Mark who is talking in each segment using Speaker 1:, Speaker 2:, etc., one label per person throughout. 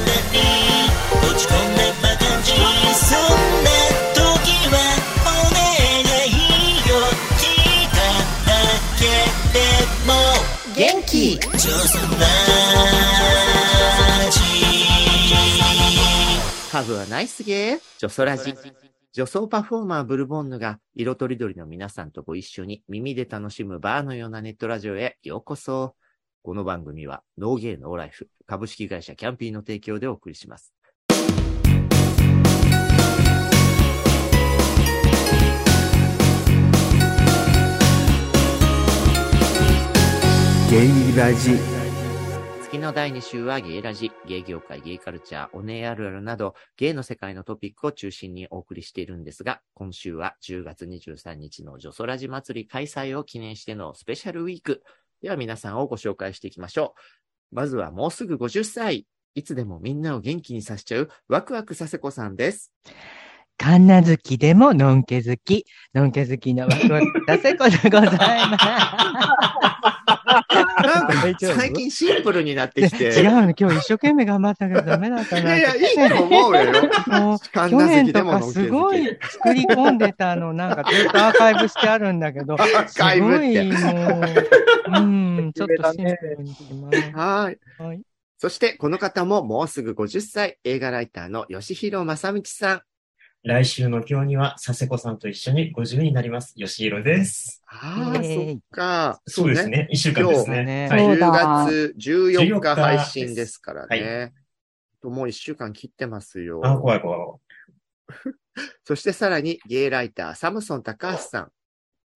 Speaker 1: 落ち込んだバカンジそんな時はお願いよ聞いただけでも
Speaker 2: 元気
Speaker 1: ジョーさんラジ
Speaker 2: ハブはナイスゲージョソラジ。女装パフォーマーブルボンヌが色とりどりの皆さんとご一緒に耳で楽しむバーのようなネットラジオへようこそ。この番組はノーゲーノーライフ株式会社キャンピーの提供でお送りします。
Speaker 3: ゲイラジ
Speaker 2: 月の第2週はゲイラジ、ゲイ業界、ゲイカルチャー、オネエあるあるなど、ゲイの世界のトピックを中心にお送りしているんですが、今週は10月23日のジョソラジ祭り開催を記念してのスペシャルウィーク。では皆さんをご紹介していきましょう。まずはもうすぐ50歳。いつでもみんなを元気にさせちゃう、ワクワクさせこさんです。
Speaker 4: カンナ好きでものんけ好き。のんけ好きのワクワク だせこでございま
Speaker 2: なんか
Speaker 4: 大丈夫
Speaker 2: 最近シンプルになってきて。
Speaker 4: す。違うの、今日一生懸命頑張ったけどダメだっ
Speaker 2: い
Speaker 4: たな。
Speaker 2: やいや、いいと思うよ。
Speaker 4: もう
Speaker 2: 神
Speaker 4: 去
Speaker 2: 奈月
Speaker 4: 年
Speaker 2: で
Speaker 4: と
Speaker 2: も
Speaker 4: か
Speaker 2: のん
Speaker 4: す
Speaker 2: け
Speaker 4: ご い作り込んでたの、なんかずっとアーカイブしてあるんだけど、
Speaker 2: アー
Speaker 4: す
Speaker 2: カイブっ
Speaker 4: ご
Speaker 2: て
Speaker 4: いもう、うん、ちょっとシンプルにします。
Speaker 2: はい。
Speaker 4: はい
Speaker 2: そして、この方ももうすぐ50歳、映画ライターの吉弘正道さん。
Speaker 5: 来週の今日には、佐世子さんと一緒に50になります。吉弘です。
Speaker 2: ああ、
Speaker 4: イエーイ
Speaker 2: そっか。
Speaker 5: そうです。ね。一週間ですね。
Speaker 4: 今
Speaker 5: は
Speaker 4: 日
Speaker 5: い。
Speaker 2: 10
Speaker 6: そうだ
Speaker 2: 月14日
Speaker 5: 14
Speaker 2: 配信ですからね。もう1週間切ってます
Speaker 5: あ、
Speaker 2: よ。
Speaker 5: 怖い怖い怖い。
Speaker 2: そしてさらに、ゲイライター、サムソン高橋さん。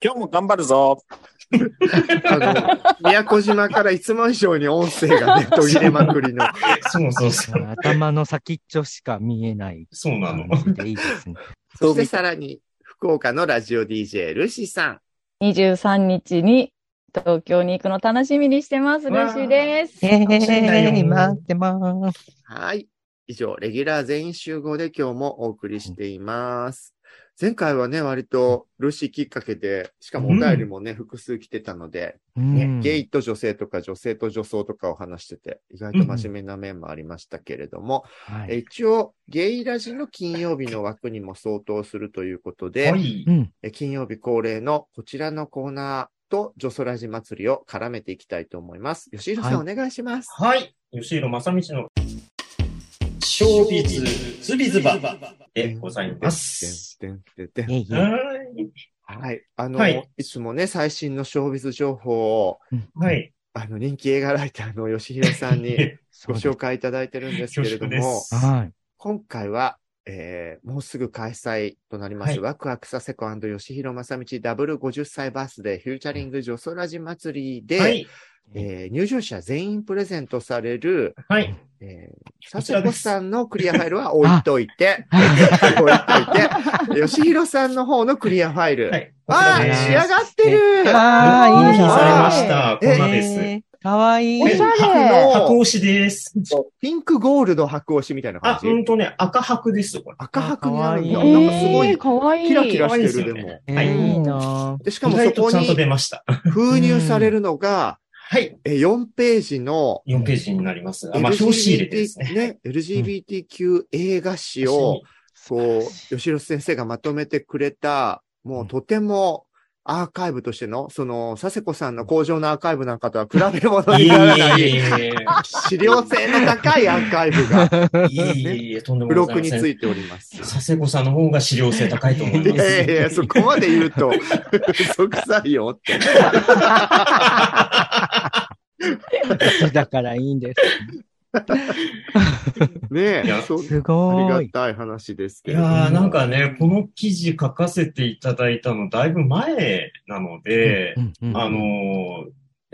Speaker 7: 今日も頑張るぞ。
Speaker 2: あの、宮古島からいつも以上に音声が ね、途切れまくりの。
Speaker 5: そうそうそう。
Speaker 4: 頭の先っちょしか見えない
Speaker 5: そうなの
Speaker 4: 感。じでいいですね。
Speaker 2: そしてさらに、福岡のラジオ DJ、ルシさん。
Speaker 6: 23日に東京に行くの楽しみにしてます。
Speaker 5: わあ
Speaker 6: 嬉しいです。
Speaker 4: えーイ、待ってます。
Speaker 2: はい。以上、レギュラー全員集合で今日もお送りしています。前回はね、割とルシーきっかけで、しかもお便りもね、複数来てたので、
Speaker 4: うん
Speaker 2: ゲイと女性とか女性と女装とかを話してて、意外と真面目な面もありましたけれども、
Speaker 4: は
Speaker 2: え
Speaker 4: い。
Speaker 2: 一応、ゲイラジの金曜日の枠にも相当するということで、
Speaker 5: はい。
Speaker 4: うん。
Speaker 2: え金曜日恒例のこちらのコーナーと女装ラジ祭りを絡めていきたいと思います。吉弘さん、
Speaker 4: は
Speaker 2: お願いします。
Speaker 5: はい。吉弘正道の、ショービズ、ズビズバでございます。
Speaker 2: てんてんてんてんてん。
Speaker 4: えいえい
Speaker 5: はい。
Speaker 2: はい。あの、
Speaker 5: はいい、
Speaker 2: つもね、最新のショービズ情報を、
Speaker 5: はい。
Speaker 2: あの、人気映画ライターの吉弘さん にご紹介いただいてるんですけれど
Speaker 5: 恐縮
Speaker 2: も
Speaker 5: で、す
Speaker 4: はい。
Speaker 2: 今回は、えーもうすぐ開催となります、
Speaker 5: はい
Speaker 2: ワクワクさせこ吉弘正道ダブル50歳バースデーフューチャリング女装ラジ祭りで、
Speaker 5: はい。
Speaker 2: えー入場者全員プレゼントされる、
Speaker 5: はい。
Speaker 2: えー、
Speaker 5: こ
Speaker 2: 佐
Speaker 5: ちら
Speaker 2: 世
Speaker 5: で
Speaker 2: 子
Speaker 5: す
Speaker 2: さんのクリアファイルは置いといて、 置いといて、吉弘さんの方のクリアファイル。
Speaker 5: はい。
Speaker 2: わあ、
Speaker 5: こちらです
Speaker 2: 仕上がってる
Speaker 4: あ
Speaker 5: お
Speaker 4: あ、
Speaker 5: ー
Speaker 4: いいな。
Speaker 5: されました。こ
Speaker 2: え
Speaker 5: んなです。
Speaker 4: えーかわいい。
Speaker 6: おしゃ
Speaker 2: え
Speaker 6: れ。
Speaker 5: 白押しです。
Speaker 2: ピンクゴールド白押しみたいな感
Speaker 5: あ、
Speaker 2: じ
Speaker 5: う。んとね、赤白です、これ。
Speaker 2: 赤白になるんだ。
Speaker 4: あ可愛い
Speaker 2: なんかすご
Speaker 6: え
Speaker 2: い
Speaker 6: ー、、かわいい。
Speaker 2: キラキラ
Speaker 5: 可愛い
Speaker 2: し
Speaker 5: です
Speaker 2: て
Speaker 5: よ
Speaker 2: る、で
Speaker 5: ね
Speaker 2: も。
Speaker 4: え
Speaker 5: はい
Speaker 4: ーいいな。
Speaker 2: で、しか
Speaker 5: 意
Speaker 2: もそ
Speaker 5: 外と
Speaker 2: こ
Speaker 5: ちゃんと出
Speaker 2: に
Speaker 5: ました。
Speaker 2: 封入されるのが、
Speaker 5: はい。
Speaker 2: え4ページの、
Speaker 5: 4ページになります。あ、まあ、表紙入れてですね。
Speaker 2: ね。LGBTQ 映画誌を、こう、吉野先生がまとめてくれた、もうとても、アーカイブとしての、その、佐世子さんの工場のアーカイブなんかとは比べ物に
Speaker 5: いえい
Speaker 2: ならな
Speaker 5: え
Speaker 2: い、
Speaker 5: いえい
Speaker 2: 資料性の高いアーカイブが、
Speaker 5: え。いえいえいえ、とんでも
Speaker 2: ブロ
Speaker 5: ござ
Speaker 2: ッ
Speaker 5: い
Speaker 2: ク
Speaker 5: ま
Speaker 2: に
Speaker 5: せん。
Speaker 2: ついております。
Speaker 5: 佐世子さんの方が資料性高いと思い
Speaker 2: い
Speaker 5: ま
Speaker 2: やい
Speaker 5: す。
Speaker 2: やいや、そこまで言うと、嘘くさいよって。
Speaker 4: だからいいんです。
Speaker 2: ね
Speaker 5: い
Speaker 2: え、
Speaker 5: や
Speaker 2: そう、
Speaker 4: す
Speaker 2: あ
Speaker 4: ご
Speaker 2: りが
Speaker 4: い。
Speaker 2: たい話です
Speaker 5: い
Speaker 2: けれども。
Speaker 5: やー、なんかね、この記事書かせていただいたのだいぶ前なので
Speaker 4: う、んうん
Speaker 5: あのー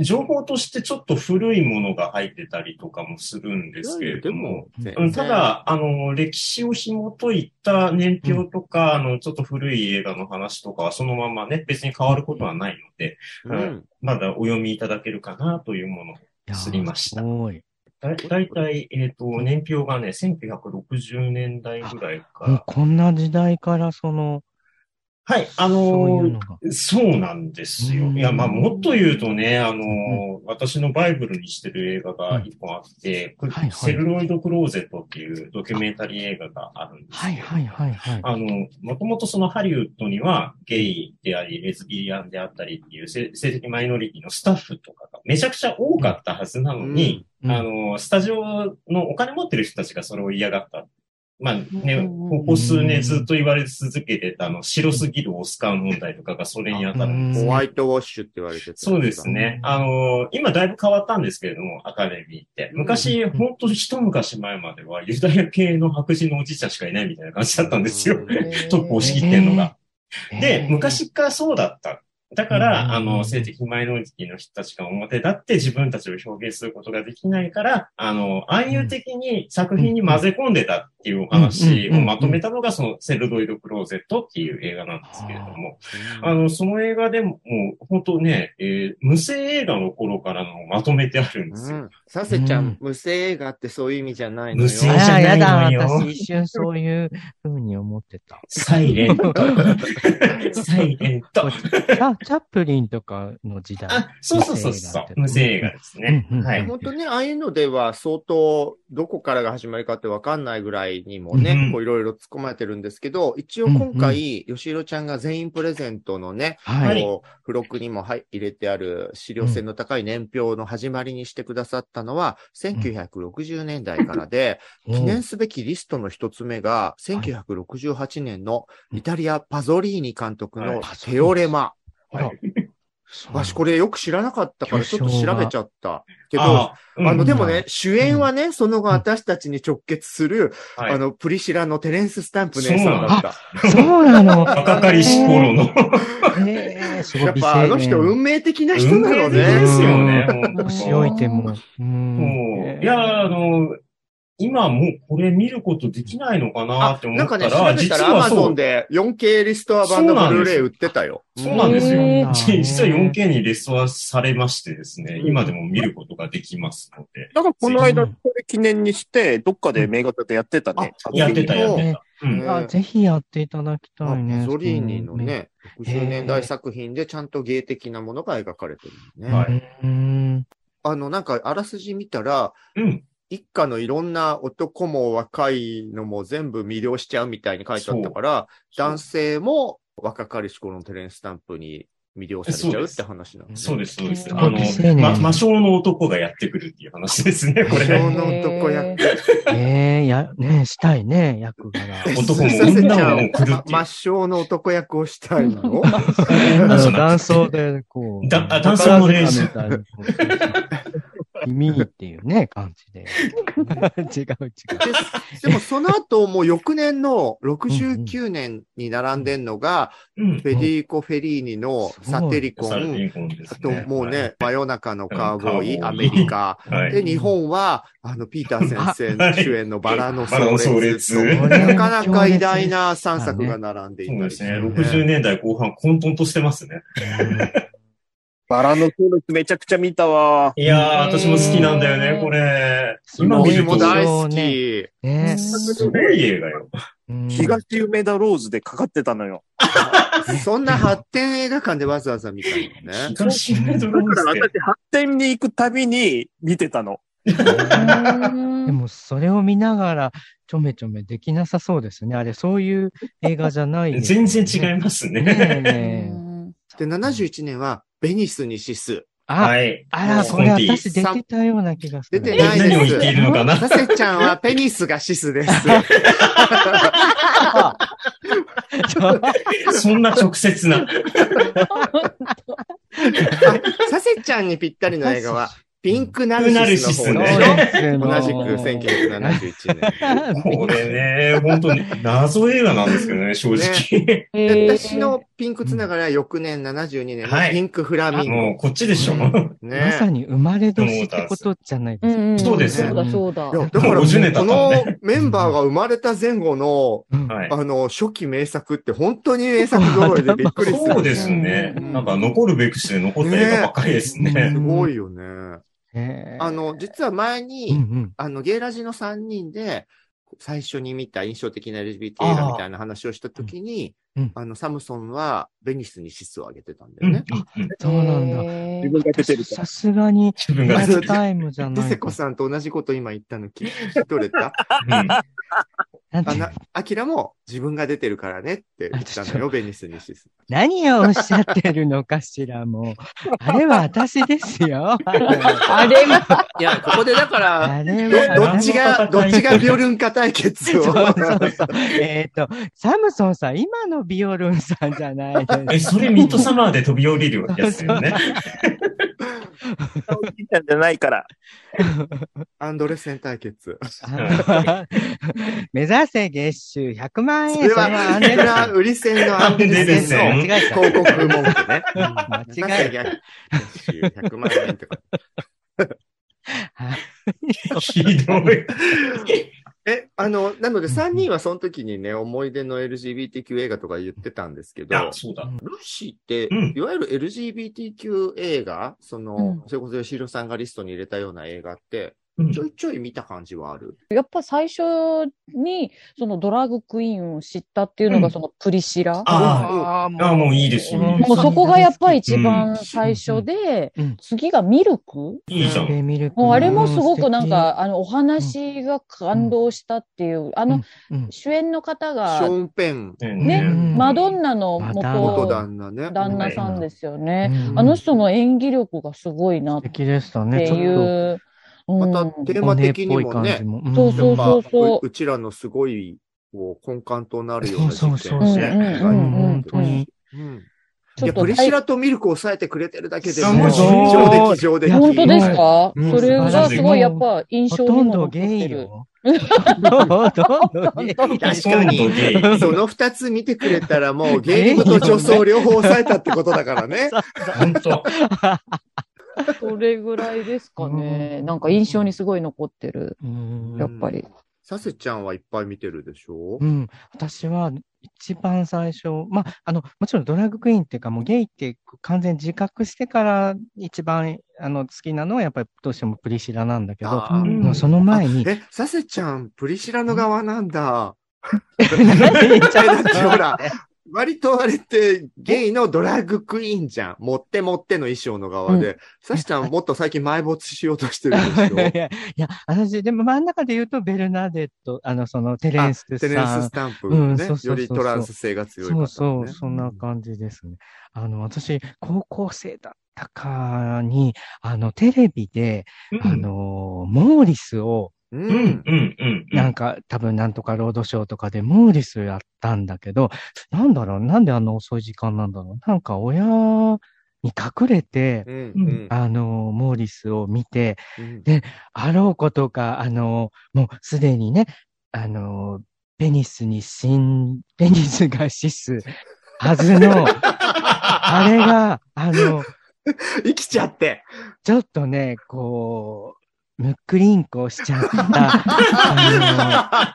Speaker 5: 情報としてちょっと古いものが入ってたりとかもするん
Speaker 2: い
Speaker 5: ですけ
Speaker 2: やい
Speaker 5: れ
Speaker 2: や、で
Speaker 5: ども、
Speaker 2: も、全
Speaker 5: う
Speaker 2: 然
Speaker 5: ん、た、だ、あの、歴史を紐解いた年表とか、あの、ちょっと古い映画の話とかはそのままね、別に変わることはないので、
Speaker 2: うん。
Speaker 5: まだお読みいただけるかなというもの。すりました
Speaker 4: いやーすごい。
Speaker 5: だだいたい、えっ、と、年表がね、1960年代ぐらいか
Speaker 4: もう
Speaker 5: ら。
Speaker 4: こんな時代からその、
Speaker 5: はい、あ
Speaker 4: そういうの
Speaker 5: の
Speaker 4: が。
Speaker 5: ーそうなんですよ。
Speaker 4: うん
Speaker 5: いや、まあ、もっと言うとね、あのーの、私のバイブルにしてる映画が一本あって、これ
Speaker 4: はいはい
Speaker 5: セルロイドクローゼットっていうドキュメンタリー映画があるんです
Speaker 4: は
Speaker 5: け
Speaker 4: い
Speaker 5: ど、
Speaker 4: はいはいはい。
Speaker 5: あの、もともとそのハリウッドにはゲイであり、レズビアンであったりっていう性性的マイノリティのスタッフとかがめちゃくちゃ多かったはずなのに、
Speaker 4: うん
Speaker 5: あの、スタジオのお金持ってる人たちがそれを嫌がった。まあね、ここ数年ずっと言われ続けてたあの、白すぎるオスカー問題とかがそれに当たるんです
Speaker 4: うん
Speaker 2: ホワイトウォッシュって言われてた。
Speaker 5: そうですね。あの今だいぶ変わったんですけれども、アカデミーって。昔、
Speaker 4: うん
Speaker 5: 本当一昔前まではユダヤ系の白人のおじいちゃんしかいないみたいな感じだったんですよ
Speaker 2: うん。
Speaker 5: トップを仕切ってんのが。
Speaker 4: え
Speaker 5: で
Speaker 4: ー、
Speaker 5: 昔からそうだった。だか
Speaker 4: うん
Speaker 5: ら、あの、性的マイノリティの人たちが表立って自分たちを表現することができないから、あの、暗誘的に作品に混ぜ込んでたっていうお話をまとめたのが、その、セルドイド・クローゼットっていう映画なんですけれども、
Speaker 2: うん
Speaker 5: あの、その映画でも、もう、本当ね、えー無声映画の頃からのまとめてあるんです
Speaker 2: う
Speaker 5: よ。
Speaker 2: ん。させちゃ
Speaker 4: うんん、
Speaker 2: 無声映画ってそういう意味じゃないのよ。
Speaker 5: 無声
Speaker 4: ああ、やだ、
Speaker 5: じゃないのよ
Speaker 4: 私一瞬そういう風に思ってた。
Speaker 5: サイレン ト。サイレン
Speaker 4: こ
Speaker 5: ト
Speaker 4: う。チャチャップリンとかの時代。
Speaker 5: あ、そうそうそうそう。無声映画ですね。
Speaker 4: うんうん
Speaker 5: はい。
Speaker 2: 本当ね、ああいうのでは相当どこからが始まりかってわかんないぐらいにも
Speaker 5: うんう
Speaker 2: ね、
Speaker 5: ん
Speaker 2: こういろいろ突っ込まれてるんですけど、一応今回、よしひろちゃんが全員プレゼントのね、
Speaker 4: は
Speaker 5: はい
Speaker 4: い。
Speaker 2: こう付録にも入入れてある資料性の高い年表の始まりにしてくださったのは、1960年代からで、記念すべきリストの一つ目が、1968年のイタリア・パゾリーニ監督の
Speaker 4: はい
Speaker 2: テオレマ。
Speaker 4: はい
Speaker 5: はい
Speaker 2: わし、これよく知らなかったから、ちょっと調べちゃった。けど、
Speaker 5: あうん
Speaker 2: あの、でも
Speaker 4: う
Speaker 2: ね
Speaker 4: ん、
Speaker 2: 主演はね、その後私たちに直結する、
Speaker 5: はい
Speaker 2: あの、プリシラのテレンス・スタンプ姉さんだった。
Speaker 4: そうなの。
Speaker 5: 若かりし頃の。
Speaker 4: えーすご
Speaker 2: や
Speaker 4: い
Speaker 2: っ
Speaker 4: 美
Speaker 2: ぱあの
Speaker 4: 青
Speaker 2: 人、
Speaker 4: 年。
Speaker 2: 運命的な人なの
Speaker 5: 運命的で
Speaker 2: ね。
Speaker 5: すよね。本当
Speaker 4: 年老いても。うん
Speaker 5: もういや、あの、今もうこれ見ることできないのかな
Speaker 2: あ
Speaker 5: って、思
Speaker 2: な
Speaker 5: っ
Speaker 2: んか
Speaker 5: た
Speaker 2: ね、
Speaker 5: ら、
Speaker 2: 調べ
Speaker 5: 実
Speaker 2: たらア
Speaker 5: は
Speaker 2: マゾ
Speaker 5: そ
Speaker 2: ン
Speaker 5: う、
Speaker 2: で 4K リストア版の
Speaker 5: そうなん
Speaker 2: ブルー
Speaker 5: です
Speaker 2: レイ売ってたよ。
Speaker 5: そうなんですよ。
Speaker 6: へー
Speaker 5: 実は 4K にレストアされましてですね、今でも見ることができますので。
Speaker 7: なんかこの間、これ記念にして、どっかで名画座でやってたね。
Speaker 2: あ
Speaker 5: やってた、やってた。う
Speaker 2: うん
Speaker 5: ん。
Speaker 4: あぜひやっていただきたいね。
Speaker 2: あゾリーニのね、60年
Speaker 4: へ
Speaker 2: 代
Speaker 4: ー
Speaker 2: 作品でちゃんと芸的なものが描かれてるね。
Speaker 5: は
Speaker 4: そ
Speaker 5: い
Speaker 4: れ。うん。
Speaker 2: あの、なんか、あらすじ見たら、
Speaker 5: うん。
Speaker 2: 一家のいろんな男も若いのも全部魅了しちゃうみたいに書いてあったから、男性も若かりし頃のテレンスタンプに魅了されちゃうって話なのね。
Speaker 5: そうです、そうです。
Speaker 6: うん
Speaker 5: あの
Speaker 4: 美青、年
Speaker 5: ま魔性の男がやってくるっていう話です ね、こ
Speaker 2: 魔性
Speaker 5: れ。
Speaker 2: の男役
Speaker 4: ええ、や、ねしたいね、役柄。
Speaker 5: 男も女も来るってい
Speaker 2: ま
Speaker 5: う
Speaker 2: 抹。消の男役をしたい の
Speaker 4: うん断層で、こう。
Speaker 5: だあ断層の練習
Speaker 4: 宝塚みたいにこう君にっていうね、感じで。 違う違う。
Speaker 2: ででもその後、もう翌年の69年に並んでんのが、
Speaker 5: うん
Speaker 2: フ。ェディーコ・フェリーニのサテリコ
Speaker 5: サル
Speaker 2: ン、
Speaker 5: ピンコンです
Speaker 2: あ
Speaker 5: ね。
Speaker 2: ともうね、真夜中のカーボー
Speaker 5: う
Speaker 2: イ、
Speaker 5: ん
Speaker 2: アメリカ、
Speaker 5: はい、はい。
Speaker 2: で、日本は、あの、ピーター先生の主演のバラの
Speaker 5: バラの
Speaker 2: 葬
Speaker 5: 葬
Speaker 2: 列
Speaker 5: 列
Speaker 2: と、
Speaker 4: これ
Speaker 2: なかなか偉大。な3作が並んでい
Speaker 5: そう
Speaker 2: た
Speaker 5: で
Speaker 2: り
Speaker 5: すね。60年代後半混沌としてますね。
Speaker 7: バラの系列めちゃくちゃ見たわ。
Speaker 5: いやー、私も好きなんだよね、これ。今見
Speaker 2: 俺
Speaker 5: る
Speaker 2: も
Speaker 5: と、
Speaker 2: 大好き。
Speaker 4: ね。
Speaker 5: すごい映画よ。
Speaker 4: うん
Speaker 7: 東梅田ローズでかかってたのよ。
Speaker 2: そんな発展映画館でわざわざ見たの ね。
Speaker 5: 東メドロ
Speaker 7: だから
Speaker 5: ーズ
Speaker 7: 私、発展に行くたびに見てたの。
Speaker 4: でも、それを見ながら、ちょめちょめできなさそうですね。あれ、そういう映画じゃない、
Speaker 5: で。全然違い
Speaker 4: ま
Speaker 5: ます
Speaker 4: すねえ
Speaker 5: ね。
Speaker 4: ねえ。
Speaker 2: で、71年は、ベニスにシス。
Speaker 4: あ、
Speaker 5: はい。
Speaker 4: あら、これ私出てたような気がする。
Speaker 2: 出てない
Speaker 5: 何を言っているのかな
Speaker 2: サセちゃんはペニスがシス です。
Speaker 5: そんな直接な。
Speaker 2: サセちゃんにぴったりの映画は、ピンクナルシスの方
Speaker 5: ピン
Speaker 2: で
Speaker 5: ク
Speaker 2: し
Speaker 5: ナル
Speaker 2: ょ同
Speaker 5: シスね
Speaker 2: じく
Speaker 4: 年。
Speaker 2: 1971年。
Speaker 5: これね、本当に謎映画なんですけどね、正 直。
Speaker 2: で
Speaker 6: え
Speaker 2: 私のピンクつながりは翌年72年の
Speaker 5: はい
Speaker 2: ピンクフラミンゴ。
Speaker 5: もうこっちでしょ。
Speaker 4: う
Speaker 5: も
Speaker 4: ま
Speaker 2: ね
Speaker 4: さに生まれ年ってことじゃないですか。
Speaker 5: そうです
Speaker 6: そうだ、そうだ
Speaker 2: い。やだからもう
Speaker 5: 50年
Speaker 2: こ
Speaker 5: 経ったの
Speaker 2: の
Speaker 5: ね
Speaker 2: メンバーが生まれた前後の、
Speaker 4: うん
Speaker 5: はい。
Speaker 2: あの、初期名作って本当に名作揃いでびっくりする。
Speaker 5: そうですね。なんか残るべくして残った映画ばっかりです
Speaker 4: ね
Speaker 5: ね
Speaker 2: す。ごいよね。
Speaker 4: ねえ
Speaker 2: あの、実は前
Speaker 4: うんう
Speaker 2: に、
Speaker 4: ん
Speaker 2: あの、ゲイラジの3人で、最初に見た印象的な LGBT 映画みたいな話をしたときに、
Speaker 4: うんうん
Speaker 2: あの、サムソンはベニスにシスをあげてたんだよね。
Speaker 5: うんうん
Speaker 4: そうなんだ。
Speaker 6: へ
Speaker 7: 自
Speaker 6: ー
Speaker 7: 分が出てるか
Speaker 4: さすがに、
Speaker 5: 自分
Speaker 4: リ
Speaker 5: が
Speaker 4: ア
Speaker 5: 出て
Speaker 4: ル
Speaker 5: る。
Speaker 4: タイムじゃ
Speaker 2: デ
Speaker 4: な
Speaker 2: セ
Speaker 4: い
Speaker 2: コ
Speaker 4: か。
Speaker 2: さんと同じこと今言ったの聞き取れ た
Speaker 5: うん
Speaker 4: なん
Speaker 2: あ
Speaker 4: て
Speaker 2: の、アキラも自分が出てるからねって言ったの
Speaker 4: あちょ
Speaker 2: よ、ベニスにシス。
Speaker 4: 何をおっしゃってるのかし ら、もう。あれは私ですよ。
Speaker 6: あれが、
Speaker 2: いや、ここでだから、
Speaker 4: あれ
Speaker 2: ど
Speaker 4: は。
Speaker 2: どっちが、どっちがビオルンか対決
Speaker 4: そう
Speaker 2: を。
Speaker 4: そうそう。えっと、サムソンさん、今のビオルンさんじゃないです
Speaker 5: え、それミッドサマーで飛び降りるやつだよね。
Speaker 7: ら。おじいちゃんじゃないから。
Speaker 2: アンドレッセン対決。
Speaker 4: あ目指せ月収100万円。
Speaker 2: それは、
Speaker 4: ア
Speaker 2: ア
Speaker 4: ン
Speaker 2: ン
Speaker 4: デ
Speaker 2: デ
Speaker 4: ル
Speaker 2: ル
Speaker 4: さ
Speaker 2: ラ・
Speaker 4: ん
Speaker 2: 売り線のアンデルセンの
Speaker 4: 間違えた。
Speaker 2: 広告文句ね。
Speaker 4: うん 間違え
Speaker 2: えた。100万円と か。
Speaker 5: ひどい。
Speaker 2: え、あの、なので3人はその時にね、思い出の LGBTQ 映画とか言ってたんですけ
Speaker 5: あ
Speaker 2: ど、、
Speaker 5: そうだ。
Speaker 2: ルーシーって
Speaker 5: うん、
Speaker 2: いわゆる LGBTQ 映画、その
Speaker 6: う、
Speaker 2: それこそ吉弘さんがリストに入れたような映画って、
Speaker 5: うん
Speaker 2: ちょいちょい見た感じはある。
Speaker 6: やっぱ最初に、そのドラァグクイーンを知ったっていうの
Speaker 5: う
Speaker 6: が、
Speaker 5: ん
Speaker 6: そのプリシラ。
Speaker 5: あ
Speaker 4: あ
Speaker 5: あ、あもういいですよ。いいです
Speaker 6: もうそこがやっぱり一
Speaker 5: う
Speaker 6: 番最初で
Speaker 4: うん、
Speaker 6: 次がミルク
Speaker 5: いいじゃん。
Speaker 4: ミルク
Speaker 6: もうあれもすごくなん、か、あの、お話が感動したっていう、あの、
Speaker 4: うん
Speaker 6: 主演の方
Speaker 2: ショ
Speaker 6: が、
Speaker 2: ーン・ペン、
Speaker 4: う
Speaker 6: ね
Speaker 4: ん
Speaker 6: マドンナの
Speaker 2: 元
Speaker 6: 元
Speaker 2: 旦那ね。
Speaker 6: 旦那さんですよね。
Speaker 4: うん
Speaker 6: あの人の演技力がすごいなっ
Speaker 4: 素
Speaker 6: て
Speaker 4: 敵でしたね。ち
Speaker 6: い
Speaker 4: ょっ
Speaker 6: う。う
Speaker 2: ま
Speaker 6: ん
Speaker 2: たテーマ的にもね、
Speaker 4: も
Speaker 6: そう
Speaker 2: や
Speaker 6: そ
Speaker 2: っ
Speaker 6: う
Speaker 2: ぱ
Speaker 6: そうそう
Speaker 2: うちらのすごいこう根幹となるような事
Speaker 4: そう
Speaker 2: 件
Speaker 4: そ
Speaker 2: を
Speaker 4: うそう
Speaker 2: ね
Speaker 6: うんうんうんうん
Speaker 4: 本当に。
Speaker 2: うんい
Speaker 6: ちょ
Speaker 2: や、
Speaker 6: っと
Speaker 2: プリシラとミルクを抑えてくれてるだけでも、
Speaker 5: そう
Speaker 2: 尋常で非常で。
Speaker 4: いや
Speaker 6: 本当ですか、
Speaker 2: うん
Speaker 6: それがすごいやっぱ印
Speaker 4: ほ
Speaker 6: 象
Speaker 4: と
Speaker 6: に
Speaker 4: ん
Speaker 6: も残
Speaker 4: ど
Speaker 6: って
Speaker 4: ゲイ
Speaker 6: る。
Speaker 4: よ。 ほとんどゲイ。
Speaker 2: 確
Speaker 5: ほ
Speaker 2: か
Speaker 5: とんど
Speaker 2: に。
Speaker 5: ゲイ。
Speaker 2: その二つ見てくれたらもうゲームと女装両方抑えたってことだから ね。
Speaker 5: 本当。
Speaker 6: それぐらいですかね、
Speaker 4: うん
Speaker 6: なんか印象にすごい残ってる。
Speaker 4: うん
Speaker 6: やっぱり。
Speaker 2: させちゃんはいっぱい見てるでしょ
Speaker 4: うん、私は一番最初、まあ、あの、もちろんドラッグクイーンっていうか、もうゲイって完全に自覚してから一番あの好きなのはやっぱりどうしてもプリシラなんだけど、
Speaker 2: あー
Speaker 4: もうその前に、
Speaker 2: え、させちゃん、プリシラの側なん だ。
Speaker 4: 何言っちゃ
Speaker 2: えだ
Speaker 4: っ
Speaker 2: って
Speaker 4: た
Speaker 2: ほら、割とあれってゲイのドラッグクイーンじゃん。持って持っての衣装の側で。さしちゃんもっと最近埋没しようとしてるで しょ。
Speaker 4: いや、いや、私、でも真ん中で言うと、ベルナデット、あの、その、テレンスさん。
Speaker 2: テレンススタンプ
Speaker 4: うん
Speaker 2: ね
Speaker 4: そうそう。そう
Speaker 2: よりトランス性が強い方
Speaker 4: そ
Speaker 2: ね。
Speaker 4: うそう、そんな感じですね。あの、私、高校生だったかに、あの、テレビで、
Speaker 5: うん
Speaker 4: あの、モーリスを、
Speaker 2: うん。う
Speaker 5: う
Speaker 2: んん。、
Speaker 5: うん、うん。
Speaker 4: なんか、多分なんとかロードショーとかでモーリスやったんだけど、なんだろう、なんであの遅い時間なんだろう。なんか親に隠れて、
Speaker 2: うん。うん
Speaker 4: あの、モーリスを見て、
Speaker 2: うん
Speaker 4: あろうことか、あの、もうすでにね、あの、ペニスに死ん、ペニスが死すは ずの、あれが、あの、
Speaker 2: 生きちゃって。
Speaker 4: ちょっとね、こう、むっくりんこしちゃ った。あ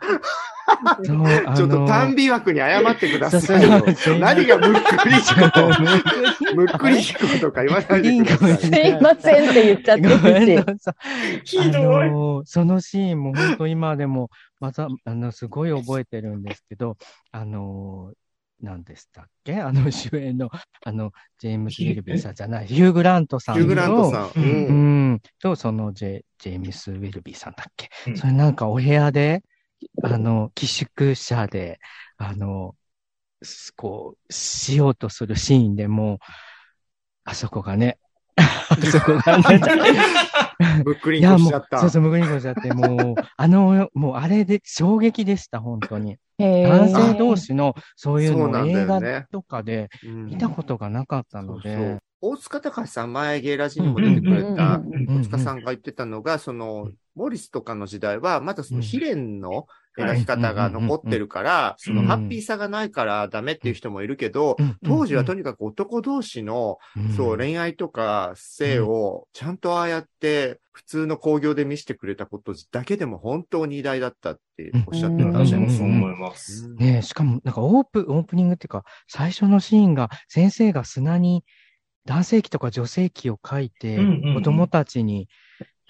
Speaker 4: の、そうあの
Speaker 2: ちょっと短美枠に謝ってください
Speaker 4: そう
Speaker 2: よ
Speaker 4: そうそう。
Speaker 2: 何がむっくり
Speaker 4: そう
Speaker 2: ひ
Speaker 4: む
Speaker 2: こ、むっ
Speaker 4: っくりんこ
Speaker 2: くりひことか言わないでください。
Speaker 6: すいませんって言っちゃっ
Speaker 4: ごめん
Speaker 6: て
Speaker 4: な
Speaker 6: る
Speaker 4: さ
Speaker 5: ひ
Speaker 4: い。あ
Speaker 5: どい。
Speaker 4: のーそのシーンも本当今でも、また、あの、すごい覚えてるんですけど、あのー、何でしたっけあの主演の、あの、ジェームス・ギルビーさんじゃない、ヒュー・グラントさん
Speaker 2: ヒューグラントさん。う
Speaker 4: うんん、と、そのジェ、ジェームス・ウィルビーさんだっけ、
Speaker 5: うん
Speaker 4: それなんかお部屋で、あの、寄宿舎で、あの、すこう、しようとするシーンでもう、あそこがね、 あそこ がね、
Speaker 2: むっくり
Speaker 4: い
Speaker 2: ひこ
Speaker 4: や
Speaker 2: し
Speaker 4: も
Speaker 2: ちゃっ
Speaker 4: う、
Speaker 2: た。
Speaker 4: そうそう、むぐりこしちゃって、もう、あの、もうあれで衝撃でした、本当 に。男性同士のそういう
Speaker 2: そうな
Speaker 4: の
Speaker 2: んだ
Speaker 4: 映
Speaker 2: よね
Speaker 4: 画とかで
Speaker 2: うん
Speaker 4: 見たことがなかったの
Speaker 2: そうそ
Speaker 4: で
Speaker 2: う、大塚隆さん、前ゲイラジにも出てくれた、
Speaker 6: うんうん
Speaker 4: うんうん
Speaker 2: 大塚さんが言ってたのが、その、モリスとかの時代は、まだそのヒレンの
Speaker 5: うん
Speaker 2: 描き方が残ってるから、
Speaker 5: う
Speaker 2: そ
Speaker 5: んうんう
Speaker 2: の
Speaker 5: ん
Speaker 2: ハッピーさがないからダメっていう人もいるけど、
Speaker 4: うん
Speaker 2: 当時はとにかく男同士の、そう、恋愛とか性を、ちゃんとああやって、普通の興行で見せてくれたことだけでも本当に偉大だったっておっしゃってたんで
Speaker 5: 私
Speaker 2: す
Speaker 5: もそう思います。
Speaker 4: ねえ、しかも、なんかオープン、オープニングっていうか、最初のシーンが、先生が砂に男性器とか女性器を書いて、
Speaker 5: うんうんうん
Speaker 4: 子供たちに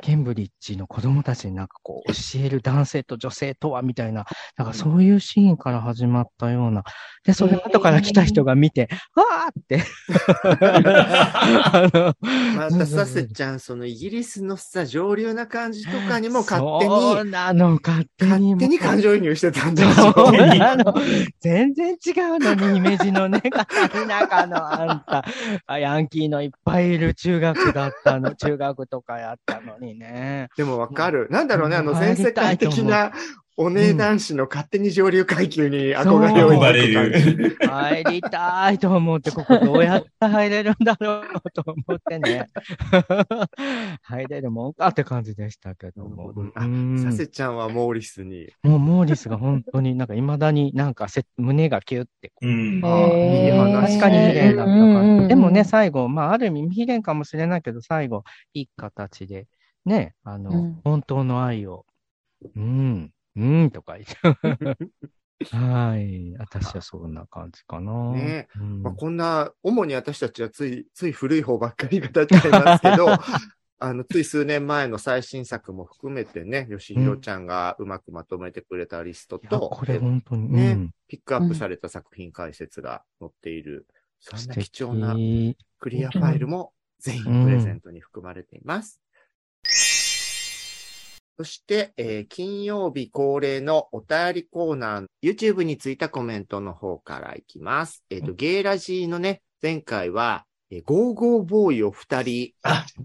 Speaker 4: ケンブリッジの子供たちになんかこう、教える男性と女性とはみたいな、なんかそういうシーンから始まったような。で、それ後から来た人が見て、わーって。 あの
Speaker 2: またさせちゃん、そのイギリスのさ、上流な感じとかにも勝手
Speaker 4: そう
Speaker 2: に、
Speaker 4: なの、勝手に。
Speaker 2: 勝手に感情移入してたんだよ。
Speaker 4: そう
Speaker 5: 手に
Speaker 4: なの。全然違うのに、イメージのね、田舎のあんた、あヤンキーのいっぱいいる中学だった の、中学とかやったのにね。
Speaker 2: でもわかる。なんだろうね、あの
Speaker 4: うん
Speaker 2: 全世界的なお姉男子の勝手に上流階級に憧れを
Speaker 4: そう
Speaker 2: 抱く
Speaker 5: 憧れ
Speaker 2: 感じ
Speaker 5: る。
Speaker 4: 入りたいと思って、ここどうやって入れるんだろうと思ってね。 入れるもんかって感じでしたけども。
Speaker 2: うん
Speaker 4: うん
Speaker 2: させちゃんはモーリスに。
Speaker 4: もうモーリスが本当になんか未だになんかせ胸がキュってこう
Speaker 5: うん。
Speaker 2: あーいい話
Speaker 4: 確かに未練だったから、でもね、
Speaker 6: さ
Speaker 4: 最後、まあ、ある意味未練かもしれないけど、最後、いい形で、ね、あの、
Speaker 6: うん
Speaker 4: 本当の愛を、うん、うん、とか 言って。はい。私はそんな感じかな。
Speaker 2: ね
Speaker 4: うん
Speaker 2: まあ、こんな、主に私たちはつい、つい古い方ばっかり語っちゃいますけ ど、あの、つい数年前の最新作も含めてね、よしひろちゃんがうまくまとめてくれたリスト
Speaker 4: いや
Speaker 2: と、
Speaker 4: これ本当に、
Speaker 2: ね
Speaker 4: うん。
Speaker 2: ピックアップされた作品解説が載っている、そんな貴重な
Speaker 4: 素敵
Speaker 2: クリアファイルも全員プレゼントに含まれています。そして、えー金曜日恒例のお便りコーナー、YouTube についたコメントの方からいきます。えっ、と、ゲイラジーのね、前回は、えーゴーゴーボーイを二人、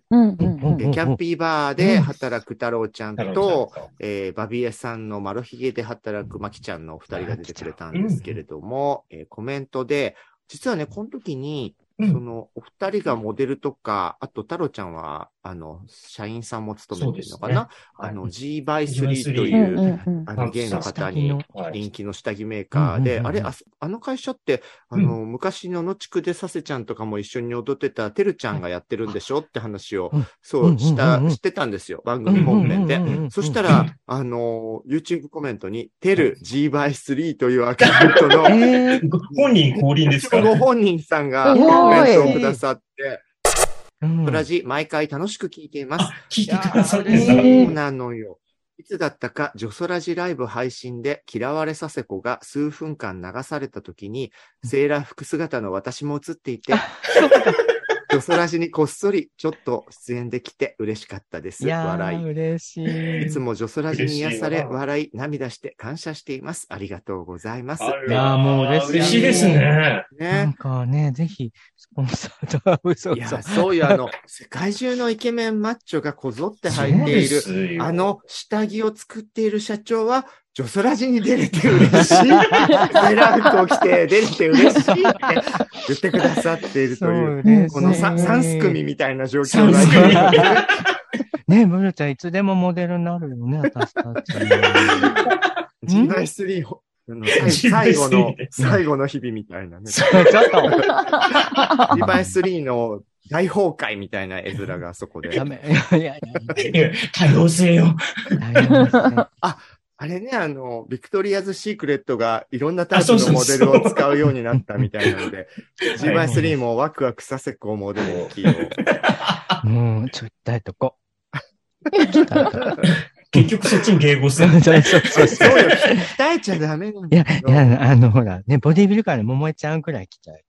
Speaker 6: うんうんうん
Speaker 2: え
Speaker 4: う
Speaker 2: ー
Speaker 4: ん
Speaker 2: キャンピーバーで働く太郎ちゃん
Speaker 5: 太郎
Speaker 2: と、
Speaker 5: ちゃんと
Speaker 2: えーバビエさんのマロヒゲで働くマキちゃんのお二人が出てくれたんですけれども、えーコメントで、実はね、この時に、
Speaker 5: う
Speaker 2: そ
Speaker 5: ん
Speaker 2: の、お二人がモデルとか、あと、太郎ちゃんは、あの、社員さんも務めてるのかな、
Speaker 5: そうはい
Speaker 2: あの、G by 3
Speaker 5: G by
Speaker 2: と
Speaker 5: 3
Speaker 2: いう、
Speaker 6: うんうんうん
Speaker 2: あの、ゲイの方に
Speaker 5: はい
Speaker 2: 人気の下着メーカーで、
Speaker 4: うんうんうんうん
Speaker 2: あれあそ、あの会社って、あの、昔の野畜でさせちゃんとかも一緒に踊ってたてるちゃんがやってるんでしょって話を、
Speaker 4: うん
Speaker 2: そう、した、
Speaker 4: うんうんうんうん
Speaker 2: してたんですよ。番
Speaker 4: うん
Speaker 2: 組本編で。
Speaker 4: うんうんうんうん
Speaker 2: そしたら、あの、YouTube コメントに、てる G by 3というアカウントの、
Speaker 4: えー
Speaker 5: ご本人降臨ですから
Speaker 2: ご。本人さんが
Speaker 6: す
Speaker 2: コ
Speaker 6: ごい
Speaker 2: メントをくださって、
Speaker 4: うん
Speaker 2: ブラジ、毎回楽しく聞いています。
Speaker 5: あ、聞いてくださってん
Speaker 6: いや
Speaker 5: だ。
Speaker 6: ー
Speaker 2: そうなのよ。いつだったか、ジョソラジライブ配信で、嫌われさせ子が数分間流された時に、セーラー服姿の私も映っていて、ジョソラジにこっそりちょっと出演できて嬉しかったです。
Speaker 4: いやー
Speaker 2: 笑
Speaker 4: 嬉し
Speaker 2: い。
Speaker 4: い。
Speaker 2: いつもジョソラジに癒さ
Speaker 5: 嬉
Speaker 2: れ、
Speaker 5: しいわ
Speaker 2: 笑い、涙して感謝しています。ありがとうございます。
Speaker 5: ある
Speaker 4: いやーもう嬉しい
Speaker 5: 嬉しいですね。
Speaker 4: な
Speaker 2: ね
Speaker 4: ん。かね、ぜひ、スポンサーと、嘘
Speaker 2: いや
Speaker 4: 嘘、
Speaker 2: そういうあの、世界中のイケメンマッチョがこぞって履いている、
Speaker 5: そうですよ
Speaker 2: あ、の下着を作っている社長は、ジョソラジに出れて嬉しい。セーラー服を着て出れて嬉しいって言ってくださっているという、
Speaker 4: そう嬉しい
Speaker 2: このさ三すくみみたいな状況
Speaker 5: 三すくみ
Speaker 2: が
Speaker 4: ねブルちゃん、いつでもモデルになるよね、私たち。
Speaker 2: 今、GI3 ほあの最最後の
Speaker 5: GI3 で、
Speaker 2: 最後の日々みたいなね。
Speaker 4: ちょっと、
Speaker 2: GI3 の大崩壊みたいな絵面があそこで
Speaker 4: や。め、いやいやい
Speaker 5: いや多様性よ。
Speaker 4: や大変ですね。
Speaker 2: あれね、あの、ビクトリアズ・シークレットがいろんなタイプのモデル
Speaker 5: あそうそう
Speaker 2: を
Speaker 5: そう
Speaker 2: 使うようになったみたいなので、
Speaker 5: はい
Speaker 2: GY3 もワクワクさせっこをモデルに起用。
Speaker 4: うん、ちょ、痛いとこ。痛いとこ
Speaker 5: 結局そっちに迎合す
Speaker 4: そ
Speaker 5: る
Speaker 4: う。そうそうそう。
Speaker 2: そうよ、鍛えちゃダメなん
Speaker 4: い
Speaker 2: だ
Speaker 4: や、
Speaker 2: よ。
Speaker 4: い や、あの、ほら、ね、ボディビルから桃江ちゃんくらい来ちゃう。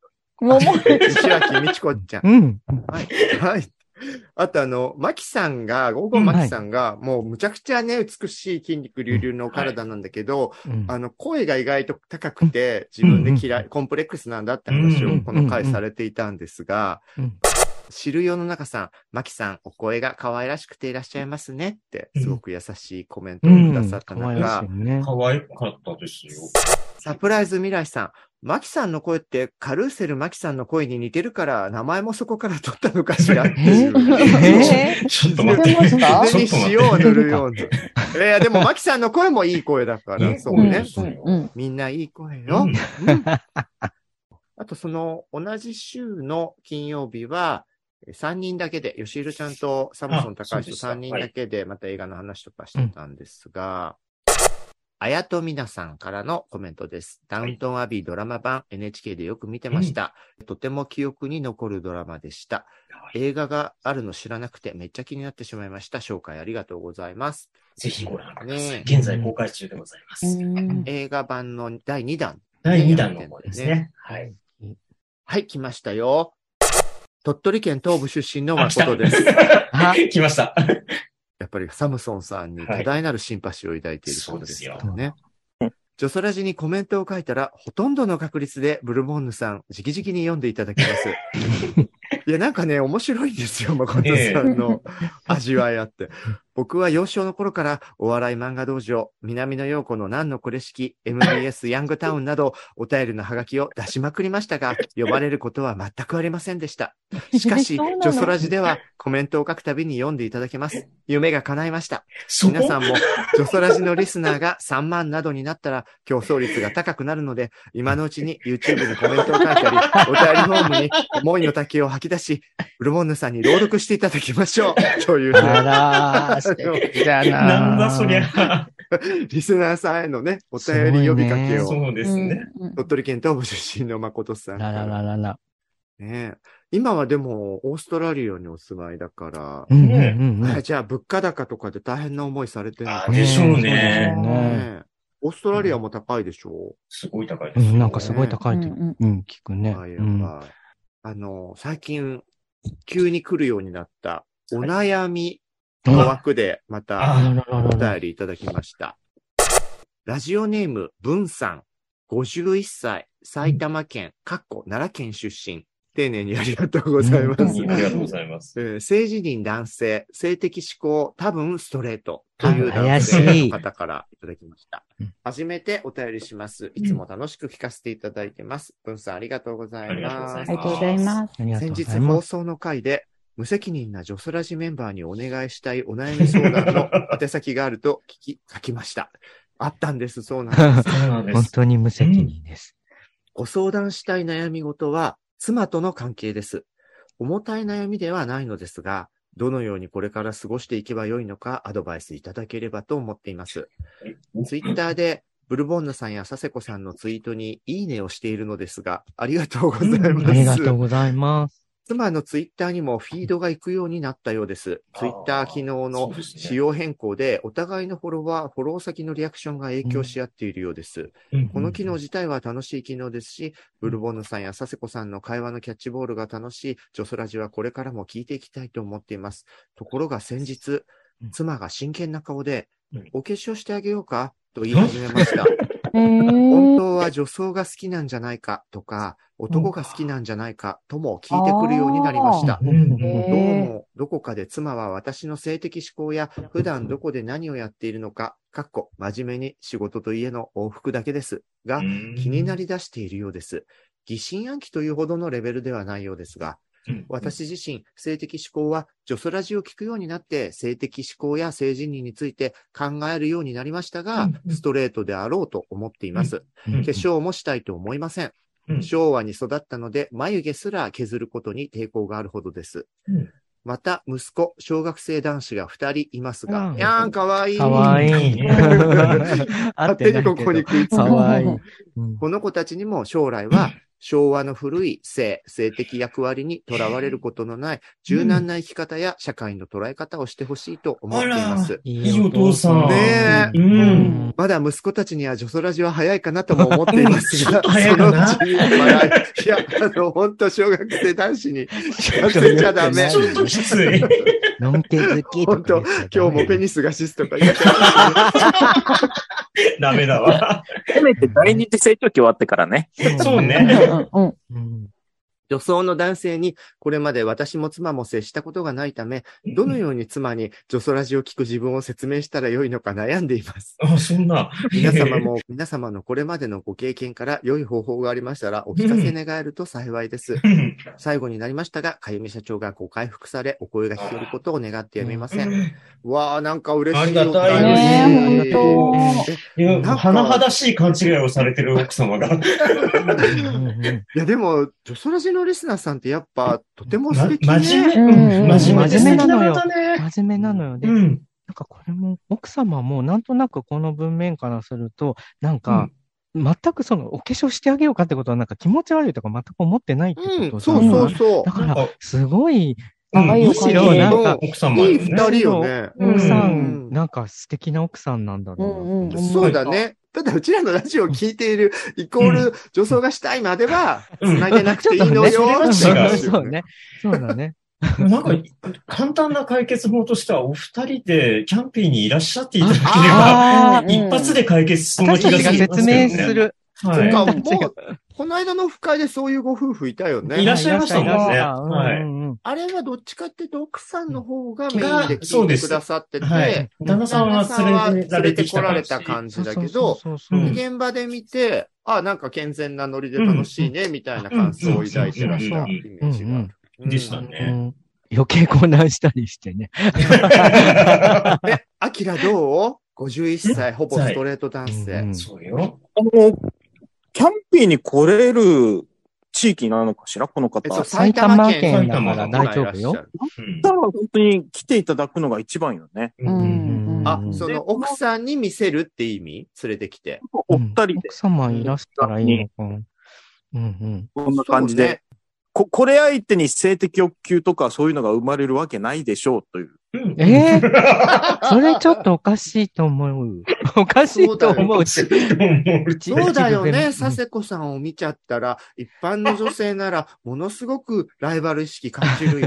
Speaker 6: もうもう
Speaker 2: 石脇美智子ちゃん
Speaker 4: う。ん。
Speaker 2: はい。はい。あとあの、マキさんが、午後マキさんが、もうむちゃくちゃね、美しい筋肉隆々のお体なんだけど、
Speaker 4: うん
Speaker 2: あの、声が意外と高くて、自分で嫌い、コンプレックスなんだって話をこの回されていたんですが、
Speaker 4: うん
Speaker 2: 知るよの中さん、マキさん、お声が可愛らしくていらっしゃいますねって、すごく優しいコメントをくださった
Speaker 4: 可愛
Speaker 2: 中、
Speaker 4: らしいよね。
Speaker 5: 可愛かったですよ。
Speaker 2: サプライズ未来さん、マキさんの声ってカルーセルマキさんの声に似てるから、名前もそこから取ったのかしらっていう。
Speaker 4: え
Speaker 5: ちょっと待って。
Speaker 6: 知ってま
Speaker 5: ち
Speaker 2: 腕
Speaker 5: ょ
Speaker 2: に
Speaker 5: っと
Speaker 2: 塩を
Speaker 5: 待って。
Speaker 2: 塗るように。いや、でも、マキさんの声もいい声だから、そう
Speaker 6: いい
Speaker 2: ね
Speaker 6: 声。
Speaker 5: そうよ
Speaker 6: うん
Speaker 2: みんないい声よ。う
Speaker 5: う
Speaker 2: んんあと、その、同じ週の金曜日は、3人だけで、吉弘ちゃんとサムソン
Speaker 5: あ
Speaker 2: 高
Speaker 5: そう
Speaker 2: 橋
Speaker 5: で
Speaker 2: と
Speaker 5: した
Speaker 2: 3人だけで、また映画の話とかしてたんですが、あやとみなさんからのコメントです。ダウントンアビードラマ版 NHK でよく見てました。とても記憶に残るドラマでした。映画があるの知らなくてめっちゃ気になってしまいました。紹介ありがとうございます。
Speaker 5: ぜひご覧ください。
Speaker 2: ね
Speaker 5: 現在公開中でございます。
Speaker 2: 映画版の第2弾。
Speaker 5: 第2弾の方ですね。はい。
Speaker 2: はい、来ましたよ。鳥取県東部出身の誠です。
Speaker 4: あ、
Speaker 5: 来ました。
Speaker 2: やっぱりサムソンさんに多大なるシンパシーを抱いている
Speaker 5: はい
Speaker 2: そうですか
Speaker 5: そ
Speaker 2: ら
Speaker 5: う
Speaker 4: です
Speaker 2: ね。ジョソラジにコメントを書いたら、ほとんどの確率でブルボンヌさん、直々に読んでいただきます。いや、なんかね、面白いんですよ、誠さんの味わいあって。僕は幼少の頃からお笑い漫画道場、南野陽子の何のこれ式、MBS ヤングタウンなど、お便りのハガキを出しまくりましたが、呼ばれることは全くありませんでした。 しかし、ジ
Speaker 6: そうなの
Speaker 2: ョソラジではコメントを書くたびに読んでいただけます。夢が叶いました。
Speaker 5: そ
Speaker 2: 皆さ
Speaker 5: こ
Speaker 2: んも、ジョソラジのリスナーが3万などになったら競争率が高くなるので、今のうちに YouTube にコメントを書いたり、お便りフォームに思いの丈を吐き出し、ブルボンヌさんに朗読していただきましょう。という、
Speaker 4: あらー、素敵だなー。
Speaker 5: なんだそりゃ。
Speaker 2: リスナーさんへのね、お便り呼びかけを、
Speaker 5: そうですね。
Speaker 2: 鳥取県東部出身の誠さんか
Speaker 4: ララ
Speaker 2: ら。
Speaker 4: ラララ。
Speaker 2: ねえ今はでも、オーストラリアにお住まいだから
Speaker 4: う、んうんうんうん
Speaker 2: あ。じゃあ物価高とかで大変な思いされてるのか
Speaker 5: あでしょ
Speaker 4: そ
Speaker 5: うね。
Speaker 4: う
Speaker 2: ね
Speaker 4: でしょう
Speaker 2: え
Speaker 4: ね
Speaker 2: オーストラリアも高いでしょう、
Speaker 5: すごい高いで
Speaker 4: う
Speaker 5: すよ。
Speaker 4: ん、なんかすごい高いって、
Speaker 6: うん
Speaker 4: うん、聞くね。
Speaker 2: はいうや
Speaker 4: ん、
Speaker 2: ばいあの、最近、急に来るようになった、お悩みの枠で、また、
Speaker 5: あ
Speaker 4: あらら
Speaker 2: お
Speaker 4: らら
Speaker 2: 便りいただきました。ラジオネーム、文さん、51歳、埼玉県、かっこ奈良県出身。丁寧にありがとうございま
Speaker 5: あ
Speaker 2: す。
Speaker 5: りがとうございます。
Speaker 2: えー性自認男性、性的指向、多分ストレートという
Speaker 4: 怪
Speaker 2: 男
Speaker 4: しい
Speaker 2: 性の方からいただきました
Speaker 4: うん。
Speaker 2: 初めてお便りします。いつも楽しく聞かせていただいてます。文さんありがとうござい
Speaker 5: ありがとうござ
Speaker 2: ま
Speaker 5: います
Speaker 6: ありがとうございます。
Speaker 4: ありがと
Speaker 2: 先
Speaker 4: うご
Speaker 2: 日
Speaker 4: ざい
Speaker 2: 放
Speaker 4: ます。
Speaker 2: 送の回で、無責任な女ソラジメンバーにお願いしたいお悩み相談の宛先があると聞き、書きました。あったんです、そうなんです。
Speaker 5: そうなん で
Speaker 4: 本
Speaker 5: す。
Speaker 4: 当に無責任 です。
Speaker 2: ご相談したい悩み事は、妻との関係です。重たい悩みではないのですが、どのようにこれから過ごしていけばよいのかアドバイスいただければと思っています。ツイッターで、ブルボンヌさんや佐世子さんのツイートにいいねをしているのですが、ありがとうございます。
Speaker 4: ありがとうござ います。
Speaker 2: 妻のツイッターにもフィードが行くようになったようです。
Speaker 5: あー
Speaker 2: ツイッター機能の
Speaker 5: そうですね
Speaker 2: 仕様変更で、お互いのフォロワー、フォロー先のリアクションが影響し合っているようです。
Speaker 5: うん
Speaker 2: この機能自体は楽しい機能ですし、ブルボンヌさんや佐世子さんの会話のキャッチボールが楽しい、ジョソラジはこれからも聞いていきたいと思っています。ところが先日
Speaker 4: うん、
Speaker 2: 妻が真剣な顔で
Speaker 5: うん、
Speaker 2: お化粧してあげようかと言い始めました。本
Speaker 6: 本
Speaker 2: 当は女装が好きなんじゃないかとか、男が好きなんじゃないかとも聞いてくるようになりました。
Speaker 5: うん
Speaker 6: へ
Speaker 2: どう
Speaker 6: ー
Speaker 2: も、どこかで妻は私の性的思考や普段どこで何をやっているのか、かっこ真面目に仕事と家の往復だけですが、気になりだしているようです。疑心暗鬼というほどのレベルではないようですが、
Speaker 5: うん
Speaker 2: 私自身、性的思考は、女ソラジを聞くようになって、性的思考や性自認について考えるようになりましたが、
Speaker 5: うん
Speaker 2: ストレートであろうと思っています。
Speaker 5: うん
Speaker 2: 化粧もしたいと思いません。
Speaker 5: うん
Speaker 2: 昭和に育ったので、眉毛すら削ることに抵抗があるほどです。
Speaker 5: うん
Speaker 2: また、息子、小学生男子が2人いますが、
Speaker 4: うん
Speaker 2: やーん、かわいい。
Speaker 4: かわい
Speaker 5: いい
Speaker 4: い
Speaker 5: ね。
Speaker 4: 合
Speaker 2: 勝
Speaker 4: っ
Speaker 2: 手
Speaker 4: て
Speaker 2: に
Speaker 4: ない
Speaker 2: ここに
Speaker 4: け
Speaker 2: 食いつく
Speaker 4: ど。かわいい。うん
Speaker 2: この子たちにも将来は昭和の古い性、性的役割にとらわれることのない柔軟な生き方や社会の捉え方をしてほしいと思っています。
Speaker 4: い
Speaker 5: いいお父さん。
Speaker 2: ね
Speaker 5: え
Speaker 4: うん。
Speaker 2: まだ息子たちには女ソラジは早いかなとも思っています
Speaker 5: ちょ
Speaker 2: が、
Speaker 5: っと早いか な
Speaker 2: そのうちに笑い。いや、あの、本当小学生男子に聞かせ ちゃダ メ。
Speaker 5: ちょっときつい。
Speaker 4: のんけ好きとか言っちゃダメ。
Speaker 2: 今日もペニスがシスとか言って
Speaker 5: ダメだわ。
Speaker 7: せめて第二次成長期終わってからね。
Speaker 5: そうね。
Speaker 6: うん
Speaker 4: うん。
Speaker 2: 女装の男性に、これまで私も妻も接したことがないため、どのように妻に女装ラジを聞く自分を説明したらよいのか悩んでいます。
Speaker 5: あ、そんな。
Speaker 2: 皆様も、皆様のこれまでのご経験から良い方法がありましたら、お聞かせ願えると幸いです。
Speaker 5: うん。
Speaker 2: 最後になりましたが、かゆみ社長がご回復され、お声が聞けることを願ってやめません。わあ、なんか嬉しい。
Speaker 5: ありがたい
Speaker 2: お便
Speaker 6: ねえ
Speaker 2: り
Speaker 6: 本
Speaker 5: いや、甚だしい勘違いをされてる奥様が。
Speaker 4: うん
Speaker 2: いや、でも、女装ラジのリスナーさんってやっぱ、とても素敵、ね。
Speaker 5: ま真
Speaker 6: うん
Speaker 5: 面目。
Speaker 6: うん
Speaker 5: 真面目で素敵
Speaker 4: 真面目なのよ
Speaker 5: 方ね。
Speaker 4: 真面目なのよね。
Speaker 5: うん。
Speaker 4: なんかこれも、奥様もなんとなくこの文面からすると、なんか、全くその、お化粧してあげようかってことは、なんか気持ち悪いとか全く思ってないってことだ
Speaker 2: う
Speaker 4: と
Speaker 2: ん、そう
Speaker 4: 思
Speaker 2: うそうそ
Speaker 4: だから
Speaker 5: なんか、
Speaker 4: すごい、
Speaker 5: うん
Speaker 6: ああいう
Speaker 4: む
Speaker 6: 感
Speaker 4: し
Speaker 6: じ
Speaker 4: ろなんか、
Speaker 5: 奥様
Speaker 2: う。
Speaker 5: よ
Speaker 2: いい
Speaker 5: ね。
Speaker 2: 二人よね。
Speaker 5: うん
Speaker 4: 奥さ
Speaker 2: うん
Speaker 4: ん、なんか素敵な奥さんなんだろうなと思って。
Speaker 6: うん
Speaker 2: そうだね。ただ、うちらのラジオを聞いている、イコール、女装がしたいまでは、
Speaker 5: うん
Speaker 2: 繋げなくていい のよ
Speaker 5: う。ん
Speaker 2: って話
Speaker 5: 違
Speaker 4: そう。ね。そうだ ね。
Speaker 5: なんか、簡単な解決法としては、お二人でキャンピーにいらっしゃっていただければ、
Speaker 4: ああ、
Speaker 5: 一発で解決しそうな
Speaker 4: 私た
Speaker 5: 気が
Speaker 4: ち
Speaker 5: す
Speaker 4: が
Speaker 5: るんですけ
Speaker 4: 説
Speaker 5: どね。
Speaker 4: 明する。
Speaker 5: はい
Speaker 2: なんか
Speaker 4: 違う
Speaker 2: もう、この間のオフ会でそういうご夫婦いたよ
Speaker 5: い
Speaker 2: ね
Speaker 5: ら。っしゃいましたもんね
Speaker 4: いらっしゃいました
Speaker 5: はい
Speaker 4: うんうんうん
Speaker 2: あれはどっちかっていうと、奥さんの方がメイン
Speaker 5: が
Speaker 2: で
Speaker 5: そ
Speaker 2: 聞
Speaker 5: う
Speaker 2: い
Speaker 5: で
Speaker 2: て
Speaker 5: す
Speaker 2: くださってて、
Speaker 5: はい。旦那さん
Speaker 2: 旦那さん
Speaker 5: は
Speaker 2: は
Speaker 5: 連れ
Speaker 2: 連
Speaker 5: られ
Speaker 2: れ
Speaker 5: て
Speaker 2: て
Speaker 5: き
Speaker 2: こられた
Speaker 5: た感
Speaker 2: 感じだけ
Speaker 4: そう
Speaker 2: ど、
Speaker 4: そうそうう
Speaker 5: うん
Speaker 2: 現場で見て、あ、なんか健全なノリで楽しいね、みたいな感想を抱いてらっしゃるイメージがある。
Speaker 5: うんでした
Speaker 4: う
Speaker 5: ね。
Speaker 4: ん余計混乱したりしてね。
Speaker 2: え、アキラどう ?51 歳、ほぼストレート男
Speaker 4: うんう
Speaker 2: 性
Speaker 4: ん。
Speaker 5: そうよ。
Speaker 7: あの、キャンピーに来れる地域なのかしらこの方。
Speaker 2: え
Speaker 7: だ
Speaker 2: そう
Speaker 7: か
Speaker 4: 埼玉県だ
Speaker 5: 埼
Speaker 4: か
Speaker 5: 玉
Speaker 4: ら
Speaker 5: の
Speaker 4: 大
Speaker 2: がい
Speaker 4: 丈
Speaker 2: らっ
Speaker 4: 夫
Speaker 2: しゃ
Speaker 4: よ。
Speaker 2: る。
Speaker 5: うん
Speaker 7: ら本当に来ていただくのが一番よね。
Speaker 5: う
Speaker 6: うん
Speaker 5: ん
Speaker 6: うん
Speaker 2: あ
Speaker 4: う、ん
Speaker 2: その奥さんに見せるって意味連れてきて。
Speaker 7: お二人で
Speaker 4: うん、奥様いらしたらいいのかな。うんうん。
Speaker 7: こんな感じで、
Speaker 2: そうね
Speaker 7: こ、これ相手に性的欲求とかそういうのが生まれるわけないでしょうという。
Speaker 5: うん
Speaker 4: ええそれちょっとおかしいと思 う。おかしいと思う し。
Speaker 2: そうだよね。
Speaker 4: さ
Speaker 2: 佐世子さんを見ちゃったら、一般の女性な ら、ものすごくライバル意識感じるよ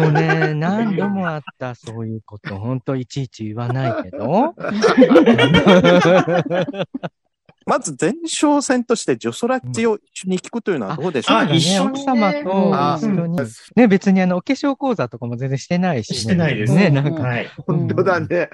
Speaker 4: もう
Speaker 2: ね。
Speaker 4: ね、何度もあった、そういうこと。ほんと、いちいち言わないけど。
Speaker 7: まず前哨戦として女ソラッチを一緒に聞くというのはどうでしょう
Speaker 5: あ
Speaker 7: か
Speaker 5: 一緒にね
Speaker 4: 奥様と一緒に。ね、別にあの、お化粧講座とかも全然してないし、ね。
Speaker 5: してないです。
Speaker 4: ね、なんか。
Speaker 5: はい。
Speaker 2: 本当だね。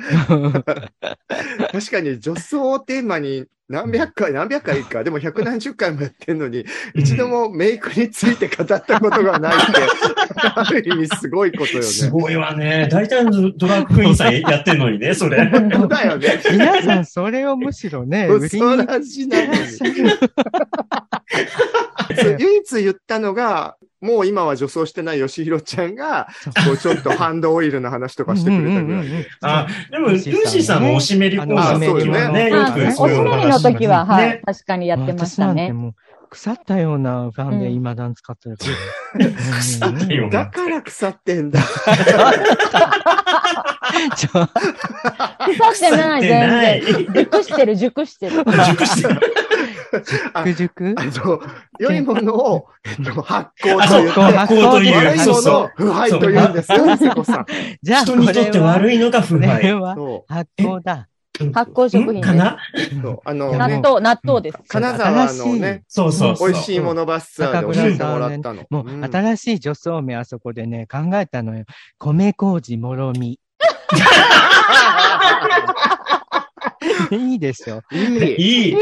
Speaker 2: 確かに女装をテーマに何百回、何百回か、でも百何十回もやってんのに、一度もメイクについて語ったことがない って、ある意味すごいことよ
Speaker 5: す
Speaker 2: ね。
Speaker 5: ごいわね。大体のドラッグクイーンさんやってんのにね、それ。
Speaker 2: そうだよね。
Speaker 4: 皆さん、それをむしろね、売り
Speaker 2: 嘘
Speaker 4: に。
Speaker 2: らしなのに。そう唯一言ったのが、もう今は女装してない吉弘ちゃんが、こうちょっとハンドオイルの話とかしてくれたぐらい。
Speaker 4: い。
Speaker 5: あ、でも、ルーシーさんもおしめりポーズ
Speaker 2: あそう
Speaker 5: 時は
Speaker 2: よ
Speaker 5: ね、
Speaker 2: ね
Speaker 5: よ
Speaker 6: あ
Speaker 5: く
Speaker 6: ー、
Speaker 5: そ
Speaker 6: お
Speaker 5: うい
Speaker 6: し
Speaker 5: う
Speaker 6: め
Speaker 5: お
Speaker 6: り
Speaker 5: 話
Speaker 6: の時は、は
Speaker 5: ね
Speaker 6: い、確かにやってまし
Speaker 4: 私な
Speaker 6: た
Speaker 4: んて
Speaker 6: ね。
Speaker 4: もう、腐ったようなファンで
Speaker 6: うん
Speaker 4: 今段使ってるから。腐
Speaker 5: ったような
Speaker 2: だから腐ってんだ。
Speaker 4: ちょ
Speaker 6: 腐ってな
Speaker 5: 腐っ
Speaker 6: い、
Speaker 5: てない
Speaker 6: 全然。熟してる、熟してる。
Speaker 5: 熟してる。
Speaker 2: あ
Speaker 4: 熟熟
Speaker 2: あの、良いものを、えっと、発酵
Speaker 5: あ、
Speaker 2: と
Speaker 5: そう、
Speaker 2: 言っ
Speaker 5: 発
Speaker 2: て、
Speaker 5: 酵と
Speaker 4: 酵
Speaker 5: い
Speaker 2: 悪
Speaker 5: う。
Speaker 2: い
Speaker 5: そ
Speaker 2: も
Speaker 5: う
Speaker 2: の
Speaker 5: そ
Speaker 2: を
Speaker 5: う。
Speaker 2: 腐敗と言うんですよ、瀬子さん。
Speaker 4: じゃあ、こ
Speaker 5: 人
Speaker 4: れは
Speaker 5: にとって悪いのが
Speaker 4: こ
Speaker 5: 不
Speaker 4: れ
Speaker 5: 敗。
Speaker 4: は
Speaker 2: そ
Speaker 4: 発酵だ。
Speaker 5: うん
Speaker 6: 発酵食品
Speaker 5: か
Speaker 6: です。
Speaker 5: な
Speaker 2: う。あの、
Speaker 4: な
Speaker 6: 納
Speaker 2: ね、
Speaker 6: 豆、納豆です。
Speaker 2: 金沢のね、
Speaker 5: そうそうそう。
Speaker 2: 美味しいものバスツアーで教えてもらったの。
Speaker 4: もう、
Speaker 2: ん
Speaker 4: 新しい女装名あそこでね、考えたのよ。米麹もろみ。いいでしょ。
Speaker 2: いい
Speaker 5: いい。いい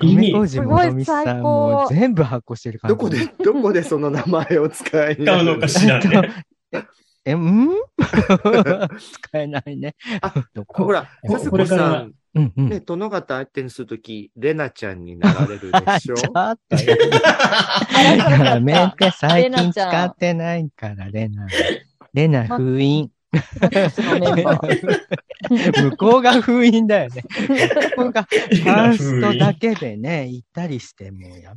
Speaker 4: 米麹もろみさ
Speaker 6: すごい最
Speaker 4: ん、
Speaker 6: 高
Speaker 4: もう全部発酵してる感じ。
Speaker 2: どこで、どこでその名前を使いに
Speaker 5: 使うのかし
Speaker 4: え
Speaker 5: ら
Speaker 4: っと
Speaker 5: ね。
Speaker 4: え、ん使えないね。
Speaker 2: あ、
Speaker 4: どこ
Speaker 2: ほら、
Speaker 5: こ
Speaker 2: さす
Speaker 5: こ
Speaker 2: こ
Speaker 5: れから
Speaker 2: さん、
Speaker 4: うんうん。
Speaker 2: ね、殿方相手にするとき、レナちゃんになられるで しょ
Speaker 4: あちょっと やめて、最近使ってないから、レナ。レナ封印。 向こうが封印だよね。向こうがファーストだけでね、行ったりして、もうやめてや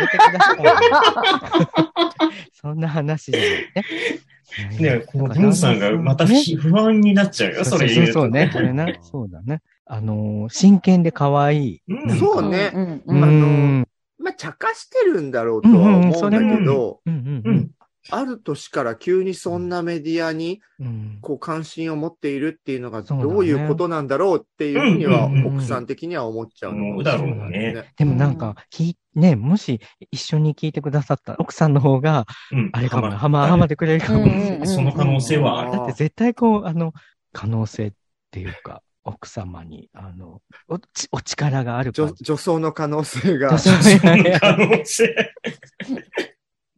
Speaker 4: めてくださいよ。そんな話じゃないね。
Speaker 5: ね、この文さんがまたひ不安になっちゃうよ、
Speaker 4: そ
Speaker 5: そう
Speaker 4: そ
Speaker 5: れ
Speaker 4: う
Speaker 5: 言
Speaker 4: そううそう
Speaker 5: と。
Speaker 4: ね。それな。そうだね。あのー、真剣で可愛い。
Speaker 5: うん
Speaker 2: そううんね。
Speaker 6: うん
Speaker 4: う。
Speaker 6: うんん
Speaker 4: う
Speaker 2: あの
Speaker 4: ん
Speaker 2: まあ、茶化してるんだろうとは思うんだ
Speaker 4: うんうんそ
Speaker 2: け
Speaker 5: れ
Speaker 2: ど
Speaker 5: も、
Speaker 4: うん
Speaker 5: う
Speaker 4: うんん。
Speaker 2: ある年から急にそんなメディアに、
Speaker 4: うん
Speaker 2: こう、関心を持っているっていうのが、
Speaker 4: そうだね
Speaker 2: どういうことなんだろうっていうふうには、
Speaker 5: うんうん
Speaker 4: うんうん
Speaker 2: 奥さん的には思っちゃうのかも
Speaker 5: 思
Speaker 2: し
Speaker 5: う
Speaker 2: れ
Speaker 5: だ
Speaker 2: ない
Speaker 5: ろうね。
Speaker 4: でもなんか、き、ね、もし一緒に聞いてくださった奥さんの方が、
Speaker 5: うん
Speaker 4: あれかも、はま、はまってくれるかもしれない。
Speaker 6: うん
Speaker 5: その可能性はある。
Speaker 4: だって絶対こう、あの、可能性っていうか、奥様に、あの、お、ちお力がある
Speaker 2: 女
Speaker 4: 感じ。
Speaker 2: 女装の可能性が
Speaker 4: 女。性
Speaker 5: その可能性。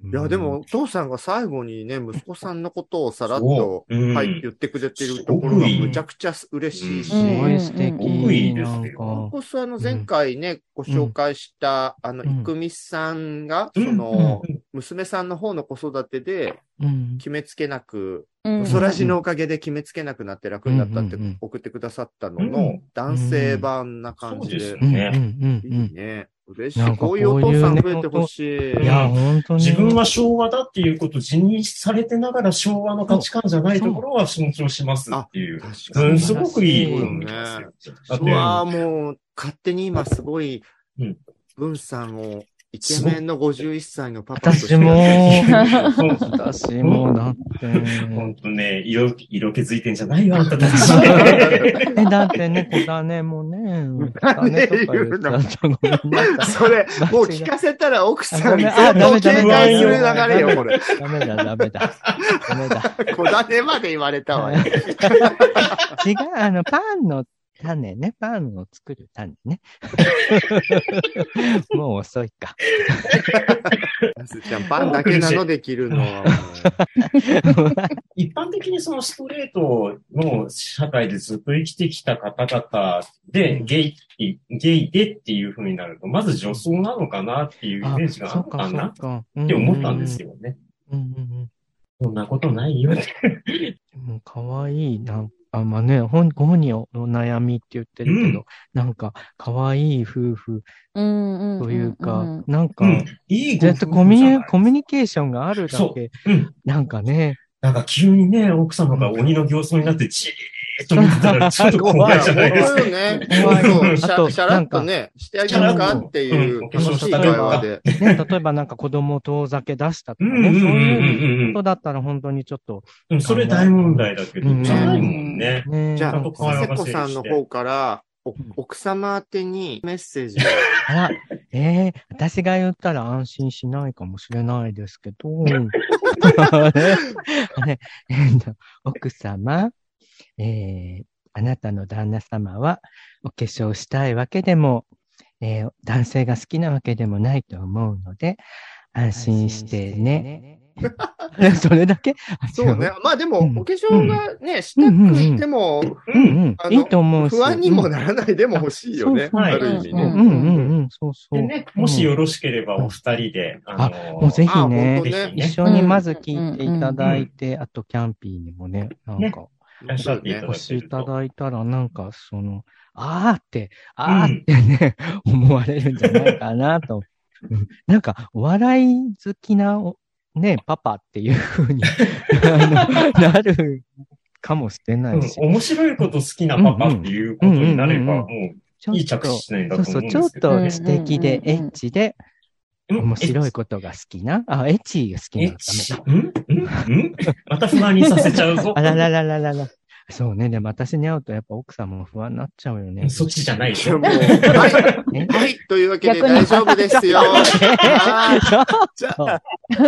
Speaker 4: い
Speaker 2: いや、でも、お父さんが最後にね、息子さんのことをさらっと
Speaker 5: そ、ううん
Speaker 2: はい、言ってくれてるところがむちゃくちゃ嬉しいし、
Speaker 5: す
Speaker 4: すごい素
Speaker 5: ご
Speaker 4: 敵。
Speaker 5: いです
Speaker 4: な
Speaker 5: よ
Speaker 4: んか
Speaker 2: こ、こそあの前回ね、ご紹介した、あの、
Speaker 4: うん
Speaker 2: いくみさんが、
Speaker 5: うん
Speaker 2: その
Speaker 5: うん、
Speaker 2: 娘さんの方の子育てで
Speaker 4: うん。
Speaker 2: 決めつけなく、
Speaker 6: うん
Speaker 2: おそらじのおかげで決めつけなくなって楽になったって
Speaker 4: うんうんうん
Speaker 2: 送ってくださったの
Speaker 5: う
Speaker 2: の
Speaker 5: ん、
Speaker 2: 男性版な感
Speaker 5: そう
Speaker 2: じで
Speaker 5: ですよ、
Speaker 4: うんうん
Speaker 5: ね。
Speaker 4: う
Speaker 2: いい
Speaker 4: ん
Speaker 2: ね。嬉し
Speaker 4: な
Speaker 2: い。
Speaker 4: んかこ
Speaker 2: こ
Speaker 4: う
Speaker 2: う
Speaker 4: い
Speaker 2: いうう
Speaker 4: ね
Speaker 2: お父さん増えてほし
Speaker 4: うん。い
Speaker 2: い。
Speaker 4: や、本当に。
Speaker 5: 自分は昭和だっていうことを認識されてながら昭和の価値観じゃないところは尊重しますっていう。
Speaker 2: 確
Speaker 5: う
Speaker 2: かに
Speaker 5: ん、すごくいい
Speaker 4: こ
Speaker 5: ことと
Speaker 4: 思
Speaker 5: 思
Speaker 2: い
Speaker 5: い
Speaker 2: ますよ
Speaker 5: ますよ。だっ
Speaker 2: う
Speaker 5: て、
Speaker 2: わーもう、勝手に今すごい
Speaker 5: うん、
Speaker 2: 文さんを、イケメンの51歳のパパとして。
Speaker 4: 私も
Speaker 5: そう
Speaker 4: 私もだ って。
Speaker 5: ほんとね、色、色気づいてんじゃないよ、あ んたたち。
Speaker 4: え、だってね、小種もね、小種とか言っちゃったのごめんな さい
Speaker 2: それ、もう聞かせたら奥さん、
Speaker 4: ごめん
Speaker 2: 相
Speaker 4: あダメ
Speaker 2: 当
Speaker 4: だ
Speaker 2: 警戒する流れよ、これ。
Speaker 4: ダメだ、ダメだ。ダメだ。
Speaker 2: 小種まで言われたわよ。
Speaker 4: 違う、あの、パンの種ね、パンを作る種 ね。もう遅いか。
Speaker 2: ナスちゃん、パンだけなのできるのはも
Speaker 5: 一般的にそのストレートの社会でずっと生きてきた方々で、ゲイって、ゲイでっていう風になると、まず女装なのかなっていうイメージがあ
Speaker 4: そ
Speaker 5: る
Speaker 4: う
Speaker 5: の
Speaker 4: か、
Speaker 5: か
Speaker 4: そ
Speaker 5: な
Speaker 4: うか。っ
Speaker 5: って思ったんです
Speaker 4: よ。
Speaker 5: よね。
Speaker 4: うんうんうん
Speaker 5: そんなことないよって。
Speaker 4: でも可愛いなんあ、まあね、本ご本人のお悩みって言ってるけど、
Speaker 5: う
Speaker 4: なんか、可愛い夫婦
Speaker 6: うんうんうんうん
Speaker 4: というか、なんか、
Speaker 5: うん。いい
Speaker 4: ずっ
Speaker 5: ご夫婦じ
Speaker 4: と
Speaker 5: ゃ
Speaker 4: コミ
Speaker 5: ない
Speaker 4: ュコミュニケーションがあるだ
Speaker 5: そ
Speaker 4: け、
Speaker 5: う。うん。
Speaker 4: なんかね、
Speaker 5: なんか急にね、奥様が鬼の形相になってじーっと見てたら、ちょっと怖いじゃ
Speaker 2: う。
Speaker 5: ないで す
Speaker 2: そう
Speaker 5: か。
Speaker 2: よね。
Speaker 4: 怖い
Speaker 2: そう、シ
Speaker 4: あと
Speaker 2: ャシャラッとね、してあげるかっていう、
Speaker 5: うん
Speaker 2: 楽しい会話で。
Speaker 4: ね、例えばなんか子供を遠ざけ出したと
Speaker 5: う
Speaker 4: か
Speaker 5: んうんう
Speaker 4: ね、
Speaker 5: ん
Speaker 4: そうういうこ
Speaker 5: ん
Speaker 4: とだったら本当にちょっと、
Speaker 5: うん。それ大問題だけど
Speaker 4: う、ん
Speaker 5: じゃないもんね。
Speaker 4: ね、
Speaker 2: じゃ
Speaker 5: ちゃんと可
Speaker 2: あ、
Speaker 5: 愛
Speaker 2: セ
Speaker 5: が
Speaker 2: コ
Speaker 5: らせるし
Speaker 2: さんの方から、お奥様宛てにメッセージを。
Speaker 4: あら、ええ私が言ったら安心しないかもしれないですけ ど、ねねえっと奥様、えーあなたの旦那様はお化粧したいわけでも、えー男性が好きなわけでもないと思うので、安心してね。 それだけ
Speaker 2: そうね。。まあでも、
Speaker 4: うん
Speaker 2: お化粧がね、したくしても、
Speaker 4: うんうん
Speaker 2: あ、の
Speaker 4: いいと思うし。
Speaker 2: 不安にもならないでも欲しいよね。
Speaker 4: うん
Speaker 2: ある意味
Speaker 4: うん
Speaker 2: ね。
Speaker 4: うんうん、そうそう。
Speaker 5: でね、もしよろしければお二人で、あの、
Speaker 4: もうぜ
Speaker 2: あ、
Speaker 4: ひ
Speaker 2: 本
Speaker 4: ね
Speaker 2: 当、ね。
Speaker 4: 一緒にまず聞いていただいて、あとキャンピーにもね、なんか、
Speaker 5: いらっしゃっていた
Speaker 4: お
Speaker 5: だけ
Speaker 4: 越しい
Speaker 5: る
Speaker 4: た
Speaker 5: と。
Speaker 4: だいたら、なんか、その、あーって、あーってね、思われるんじゃないかな と。うんなんか、お笑い好きなお、ね、パパっていう風にあのなるかもしれな
Speaker 5: うん
Speaker 4: いし、
Speaker 5: 面白いこと好きなパパっていうことになれば、も
Speaker 4: ちょ
Speaker 5: うい
Speaker 4: っ
Speaker 5: い着
Speaker 4: と、
Speaker 5: 地点だ
Speaker 4: そうそ
Speaker 5: と思
Speaker 4: うう、
Speaker 5: ん
Speaker 4: ちょ
Speaker 5: で
Speaker 4: っ
Speaker 5: すけど
Speaker 4: と
Speaker 5: ね。
Speaker 4: 素敵で、
Speaker 6: うん
Speaker 4: エ
Speaker 6: うんうんうん
Speaker 4: ッチで、面白いことが好きな、あ、エッチが好き
Speaker 5: え
Speaker 4: な
Speaker 5: っ
Speaker 4: のダメ
Speaker 5: ち、
Speaker 4: か
Speaker 5: んんんまた不安にさせちゃうぞ
Speaker 4: あ。らららららら。そうね。でも私に会うとやっぱ奥さんも不安になっちゃうよね。
Speaker 5: そっちじゃないで
Speaker 2: い
Speaker 5: し
Speaker 2: や
Speaker 5: ょ
Speaker 2: もう。はい
Speaker 4: ね。
Speaker 2: はい。 というわけで
Speaker 6: 逆に
Speaker 2: 大丈夫ですよ。はいじゃあ。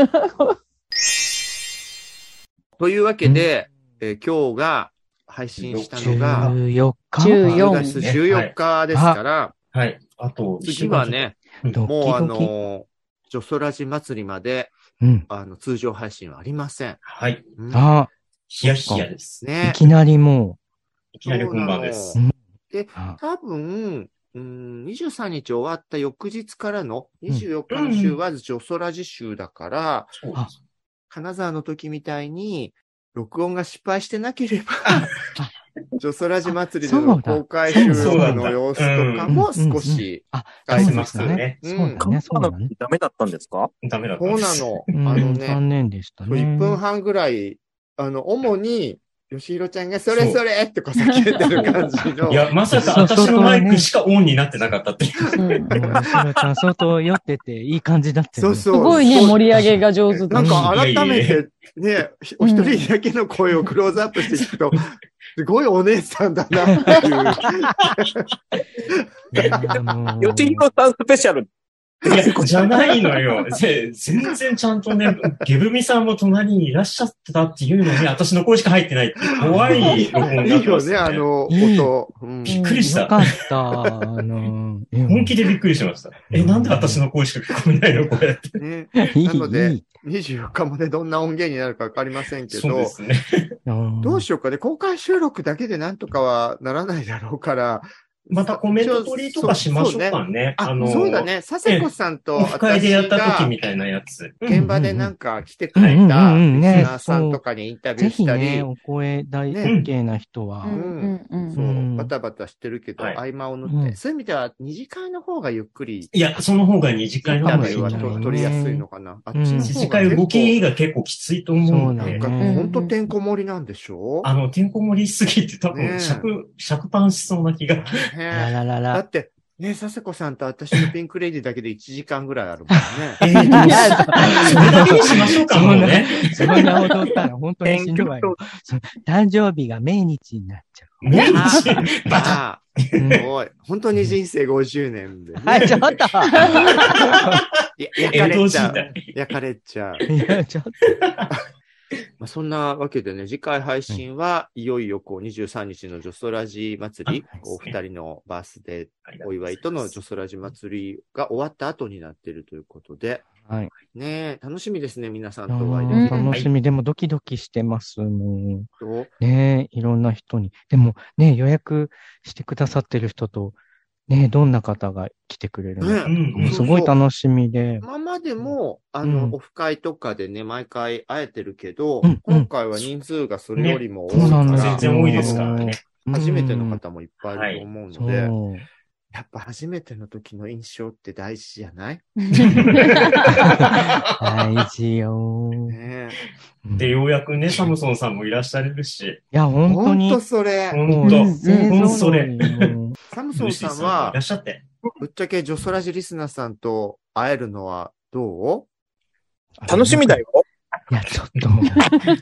Speaker 2: というわけで、えー今日が配信したのが、
Speaker 4: 14日
Speaker 6: 14
Speaker 2: 10月14日ですから、
Speaker 5: はい。あと、
Speaker 2: 次はね、
Speaker 4: ドキドキ
Speaker 2: もうあの、ジョソラジ祭りまで、
Speaker 4: うん。
Speaker 2: あの、通常配信はありません。
Speaker 5: はい。
Speaker 2: うん
Speaker 4: あ、
Speaker 5: ヒヤヒヤです。
Speaker 4: い
Speaker 2: ね。
Speaker 4: きなりも
Speaker 5: いきなり本番です。
Speaker 4: う、あ
Speaker 2: 多分、うん、23日終わった翌日からの24日の週はジョソラジ週だから、
Speaker 5: そう
Speaker 4: あ
Speaker 2: 金沢の時みたいに、録音が失敗してなければ、 ジョソラジ祭りで
Speaker 4: そ
Speaker 2: の
Speaker 4: うだ
Speaker 2: 公開収録の様子とかも少し
Speaker 4: あ、
Speaker 2: 控え
Speaker 4: そ
Speaker 2: て
Speaker 4: うで
Speaker 2: ますす。
Speaker 4: ね。
Speaker 2: う
Speaker 4: そ
Speaker 2: ん
Speaker 4: うだね、そうだね。
Speaker 7: ダメだったんですか
Speaker 5: ダメだった
Speaker 2: そ
Speaker 5: ん
Speaker 2: う
Speaker 5: で
Speaker 2: な
Speaker 5: す。
Speaker 2: の
Speaker 4: う。ん
Speaker 2: あのね、
Speaker 4: 残念でしたね。
Speaker 2: 1分半ぐらい、あの、主に、よしひろちゃんがそれそれってこう叫んでる感じの
Speaker 5: い、や、まさか
Speaker 4: そうそう
Speaker 5: 私のマイ
Speaker 4: そう
Speaker 5: クしかオンになってなかったっていう。
Speaker 6: うん
Speaker 4: うん。後ろちゃん、相当酔ってていい感じだった
Speaker 2: そう
Speaker 4: よね。
Speaker 2: そう。
Speaker 6: すごいね、盛り上げが上手
Speaker 2: な
Speaker 6: だ
Speaker 2: ん
Speaker 6: ね
Speaker 2: か改め
Speaker 5: いや
Speaker 2: てね、ひお一人だけの声をクローズアップして聞くと、すごいお姉さんだなっていう。
Speaker 4: いやもう
Speaker 7: よちひろさんスペシャル
Speaker 5: いや、じゃないのよ。ぜ全然ちゃんとね、ゲブミさんも隣にいらっしゃってたっていうのに、私の声しか入ってないっていう怖い録音が、
Speaker 3: いいよね、あ、の、音。うん
Speaker 5: びっくりした
Speaker 4: よかった。あ の、
Speaker 5: 本
Speaker 4: 本
Speaker 5: 気でびっくりしました。え、なんで私の声しか聞こえないのこれって。
Speaker 3: ね、
Speaker 4: いい、
Speaker 3: なので
Speaker 4: いい
Speaker 3: 24日もね、どんな音源になるかわかりませんけ
Speaker 5: そうで
Speaker 3: ど、
Speaker 5: すね。
Speaker 4: うん
Speaker 3: どうしようかね、公開収録だけでなんとかはならないだろうから。
Speaker 5: またコメント取りとかしましょう
Speaker 3: そうそうね
Speaker 5: かね。
Speaker 3: あ、そうだ。ね、佐世子さんと
Speaker 5: オフ会で
Speaker 3: 私
Speaker 5: やった時
Speaker 3: が
Speaker 5: みたいなやつ。
Speaker 3: 現場でなんか来てくれたリ
Speaker 4: う
Speaker 3: ス
Speaker 4: んうんうんね
Speaker 3: ナーさんとかにインタビュ
Speaker 4: ぜ
Speaker 3: ーし
Speaker 4: ひ
Speaker 3: た
Speaker 4: ね、
Speaker 3: り、
Speaker 4: お声大 OK な人は
Speaker 6: う。んうん
Speaker 3: そうう、
Speaker 4: ん
Speaker 3: バタバタしてるけど、
Speaker 5: はい
Speaker 3: 合間を縫
Speaker 4: う
Speaker 3: って、
Speaker 4: ん
Speaker 3: そういう意味では二次会の方がゆっくり、
Speaker 5: いや、その方が二次会
Speaker 3: イン
Speaker 5: の
Speaker 3: タ
Speaker 5: 方
Speaker 3: ビュ
Speaker 5: がいい
Speaker 3: ー
Speaker 5: ん
Speaker 3: は
Speaker 5: じゃない
Speaker 3: と取りやすいのかな。あっち
Speaker 4: うん
Speaker 3: の方
Speaker 5: 二次
Speaker 3: が結
Speaker 5: 会
Speaker 3: 構
Speaker 5: 動きが結構きついと思うん
Speaker 4: そう
Speaker 3: な
Speaker 4: な。
Speaker 5: で
Speaker 3: んか、ほんとてんこ盛りなんでしょ
Speaker 5: あの、てんこ盛りしすぎて多
Speaker 3: ねえ
Speaker 5: 分尺、尺パンしそうな気が。
Speaker 4: ら
Speaker 3: ね
Speaker 4: らら
Speaker 3: だ
Speaker 4: ら。
Speaker 3: って、ね、佐世子さんと私のピンクレディだけで1時間ぐらいあるもん ね。
Speaker 5: えー、どうしそれだけにしましょうか、もうね。
Speaker 4: そんな踊ったら本当にしんどいわよ。そう誕生日が命日になっ ちゃ
Speaker 5: 毎日。バタ
Speaker 3: ああ、
Speaker 4: う。うん
Speaker 3: すごい。本当に人生50年 でね、
Speaker 4: はい、ちょっと。
Speaker 3: や焼か
Speaker 5: 江
Speaker 3: れ
Speaker 5: 戸
Speaker 3: ち
Speaker 5: 時
Speaker 3: ゃう。
Speaker 5: 代。
Speaker 3: 焼かれちゃう。
Speaker 4: いや、ちょっと。
Speaker 2: まあ、そんなわけでね、次回配信はいよいよこう23日のジョソラジ祭り
Speaker 5: あはい、
Speaker 2: お二人のバースデーお祝いとのジョ
Speaker 5: は
Speaker 2: ソラジ祭りが終わった後になってるということで、
Speaker 4: はい
Speaker 2: ねえ楽しみですね、皆さんとお会いできる
Speaker 4: うん楽しみ。でもドキドキしてます。もう
Speaker 2: と。
Speaker 4: ねいろんな人に。でもね、予約してくださってる人と、ねどんな方が来てくれるのか。
Speaker 5: うん
Speaker 3: ね
Speaker 5: うん。
Speaker 4: すごい楽しみで。
Speaker 2: 今までも、あの、
Speaker 4: うん
Speaker 2: オフ会とかでね、毎回会えてるけど、
Speaker 4: うん
Speaker 2: 今回は人数がそれよりも多い
Speaker 4: そ
Speaker 2: か
Speaker 4: うな
Speaker 2: ら、
Speaker 4: んですよ
Speaker 5: 全然多いですからね。
Speaker 2: 初めての
Speaker 4: うん
Speaker 2: 方もいっぱいいると思う
Speaker 4: そ
Speaker 2: の
Speaker 4: う
Speaker 2: で、やっぱ初めての時の印象って大事じゃない
Speaker 4: 大事よ。
Speaker 2: ね
Speaker 5: で、
Speaker 4: い
Speaker 5: ようやくね、サムソンさんもいらっしゃれるし。
Speaker 4: や、
Speaker 3: え
Speaker 4: 本当に
Speaker 3: ほんと。それ。
Speaker 4: も
Speaker 5: 本
Speaker 4: う
Speaker 5: 当
Speaker 4: 勢
Speaker 5: ほんと
Speaker 4: ぞ
Speaker 5: そ
Speaker 4: ろ
Speaker 5: れ
Speaker 4: いの
Speaker 3: サムソ
Speaker 5: ル
Speaker 3: ン
Speaker 5: シー
Speaker 3: さん
Speaker 5: さんもい
Speaker 3: は
Speaker 5: らっ、しゃって。
Speaker 3: ぶっちゃけジョソラジリスナーさんと会えるのはど
Speaker 7: 楽しみだよ。
Speaker 4: いや、ちょっと。
Speaker 5: うん
Speaker 3: うもうち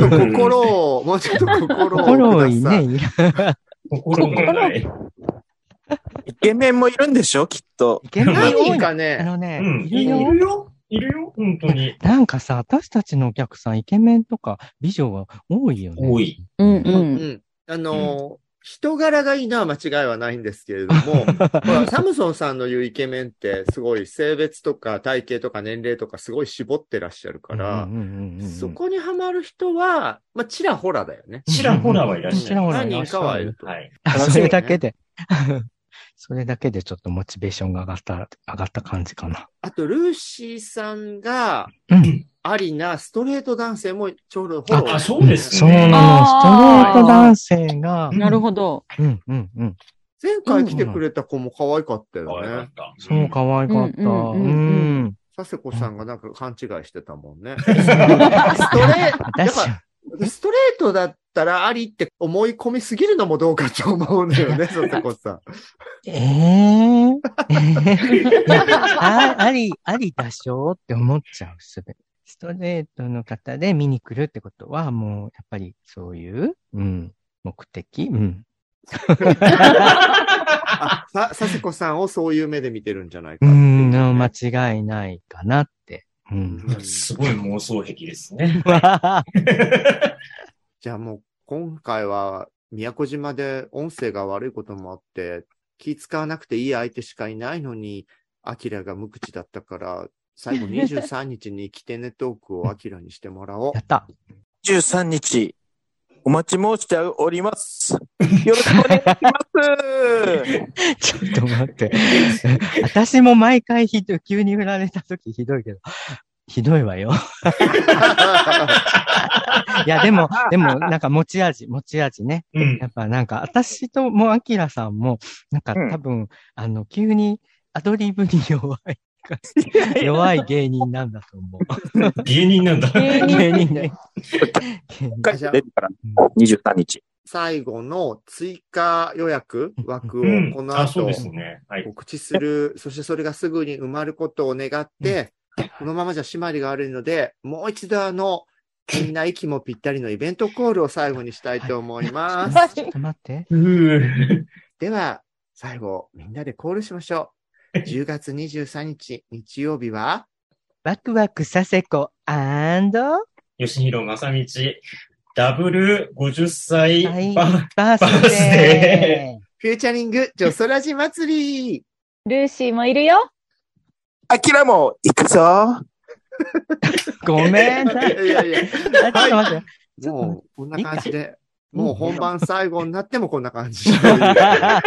Speaker 3: ょっと心を、もうちょっと心を。
Speaker 4: 心をね、。いや
Speaker 5: 心がない。
Speaker 7: イケメンもいるんでしょきっと。
Speaker 4: いけな
Speaker 3: 何
Speaker 4: いよ
Speaker 3: 人。か
Speaker 4: あ
Speaker 3: ね、
Speaker 4: のね
Speaker 5: う、ん。
Speaker 4: い
Speaker 5: い
Speaker 4: るよ
Speaker 5: るよ。いるよ。本当に。
Speaker 4: なんかさ、私たちのお客さん、イケメンとか美女が多いよね。
Speaker 5: 多い。
Speaker 6: うんう。
Speaker 2: うんん。あのー人柄がいいのは間違いはないんですけれども、ほらサムソンさんの言うイケメンって、すごい性別とか体型とか年齢とかすごい絞ってらっしゃるか
Speaker 4: うん
Speaker 2: ら
Speaker 4: う、んうんうんうん、
Speaker 2: そこにはまる人は、まあ、ちらほらだよね。
Speaker 5: ちらほらはいらっし
Speaker 4: ち
Speaker 5: ゃ
Speaker 4: ら
Speaker 5: る。
Speaker 4: ほら
Speaker 2: 何人かはいると。
Speaker 5: はい。
Speaker 4: あ
Speaker 7: 楽しみ
Speaker 4: それだけで。 それだけでちょっとモチベーションが上がった、上がった感じかな。
Speaker 2: あと、ルーシーさんが
Speaker 4: うん、
Speaker 2: ありなストレート男性もちょうどほ
Speaker 5: あ、
Speaker 2: ら、
Speaker 5: そうです
Speaker 4: そう
Speaker 5: ね。
Speaker 4: なの。ストレート男性が、
Speaker 6: なるほど。
Speaker 4: うんうんうん。
Speaker 2: 前回来てくれた子も可愛かった
Speaker 5: 可
Speaker 2: よ
Speaker 5: 愛か
Speaker 2: ね
Speaker 5: っ。た。
Speaker 4: そう、可愛かった。う
Speaker 6: うんうんうんうん
Speaker 4: ん。
Speaker 2: 佐世子さんがなんか勘違いしてたもんね。ストレート、やっ
Speaker 4: 私、
Speaker 2: ぱストレートだったらありって思い込みすぎるのもどうかと思うんだ よね、佐世子さん。
Speaker 4: え えー。いやあ、あり、ありだしょうって思っちゃう、すべ。ストレートの方で見に来るってことは、もう、やっぱり、そういう、うん、目的うん。
Speaker 2: あさ、佐世子さんをそういう目で見てるんじゃないか
Speaker 4: う
Speaker 2: ってい
Speaker 4: ん、の
Speaker 2: ね
Speaker 4: 間違いないかなって。うん。
Speaker 2: うん
Speaker 5: すごい妄想癖です ね。
Speaker 2: じゃあもう今回は宮古島で音声が悪いこともあって気使わなくていい相手しかいないのに、アキラが無口だったから、最後23日に来てねトークをアキラにしてもらおう
Speaker 4: や。った。
Speaker 7: 13日、お待ち申しております。よろしくお願いします。
Speaker 4: ちょっと待って。 私も毎回ひどい、急に振られた時ひどいけど、ひどいわ よ。いや、でも、でも、なんか持ち味、持ち味ね。
Speaker 5: うん
Speaker 4: や。っぱなんか、私ともアキラさんも、なんか
Speaker 7: うん
Speaker 4: 多分、あの、急にアドリブに弱いか。弱い芸人なんだと 思
Speaker 5: 芸人なんだ。
Speaker 4: う。芸人 ね。芸人
Speaker 7: 一回出るから、23日。
Speaker 2: 最後の追加予約枠を
Speaker 5: うん。
Speaker 2: この
Speaker 5: あ、そう
Speaker 2: 後
Speaker 5: ですね。はい。
Speaker 2: 告知する、 そしてそれがすぐに埋まることを願って、このままじゃ締まりが悪いので、もう一度あの、みんな息もぴったりのイベントコールを最後にしたいと思います。
Speaker 4: ちょっと待って。
Speaker 5: うー。
Speaker 2: では、最後、みんなでコールしましょう。 10月23日、日曜日は、
Speaker 4: ワクワクさせこアンド
Speaker 5: 吉弘正道、ダブル50歳
Speaker 4: はい
Speaker 5: バ
Speaker 4: バース
Speaker 5: バース
Speaker 4: デ
Speaker 5: デ
Speaker 2: フューチャリング、ジョソラジ祭り
Speaker 6: ルーシーもいるよ。
Speaker 7: アキラも行くぞ。
Speaker 4: ー。ごめんなさい。
Speaker 3: いやいや、
Speaker 4: あちょっと待って。
Speaker 3: もうこんな感じで、
Speaker 4: いいか
Speaker 3: もう本番最後になってもこんな感 じ。よ か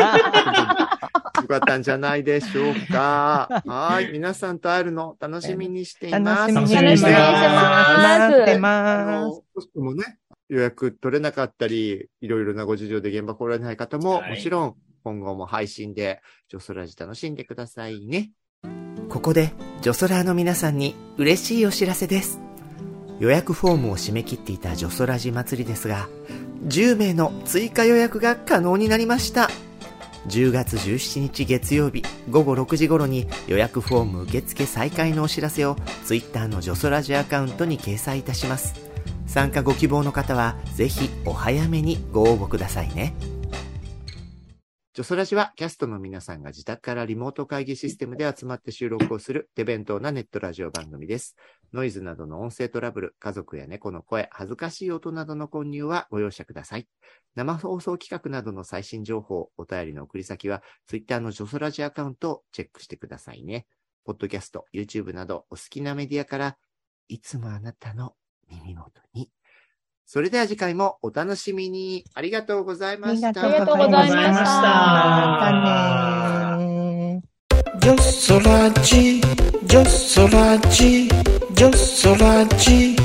Speaker 3: ったんじゃないでしょうか。 はい。皆さんと会えるの楽しみにしています。
Speaker 4: 楽しみに
Speaker 5: 楽し
Speaker 4: し
Speaker 5: みにしてて
Speaker 4: ま。
Speaker 6: ますす
Speaker 4: 待って
Speaker 3: あ
Speaker 4: ま
Speaker 3: の、
Speaker 4: す。
Speaker 3: 少しもね、予約取れなかったり、いろいろなご事情で現場来られない方も、
Speaker 5: はい
Speaker 3: もちろん、今後も配信で、ジョソラジ楽しんでくださいね。
Speaker 2: ここで、ジョソラーの皆さんに嬉しいお知らせです。予約フォームを締め切っていたジョソラジ祭りですが、10名の追加予約が可能になりました。10月17日月曜日午後6時頃に予約フォーム受付再開のお知らせを Twitter のジョソラジアカウントに掲載いたします。参加ご希望の方は、ぜひお早めにご応募くださいね。ジョソラジはキャストの皆さんが自宅からリモート会議システムで集まって収録をする手弁当なネットラジオ番組です。ノイズなどの音声トラブル、家族や猫の声、恥ずかしい音などの混入はご容赦ください。生放送企画などの最新情報、お便りの送り先は、Twitter のジョソラジアカウントをチェックしてくださいね。ポッドキャスト、YouTube などお好きなメディアから、いつもあなたの耳元に。それでは次回もお楽しみに。ありがとうございました。
Speaker 4: あり
Speaker 6: がとうございました
Speaker 4: またねー。
Speaker 7: ジョソラジ、ジョソラジ、ジョソラジ。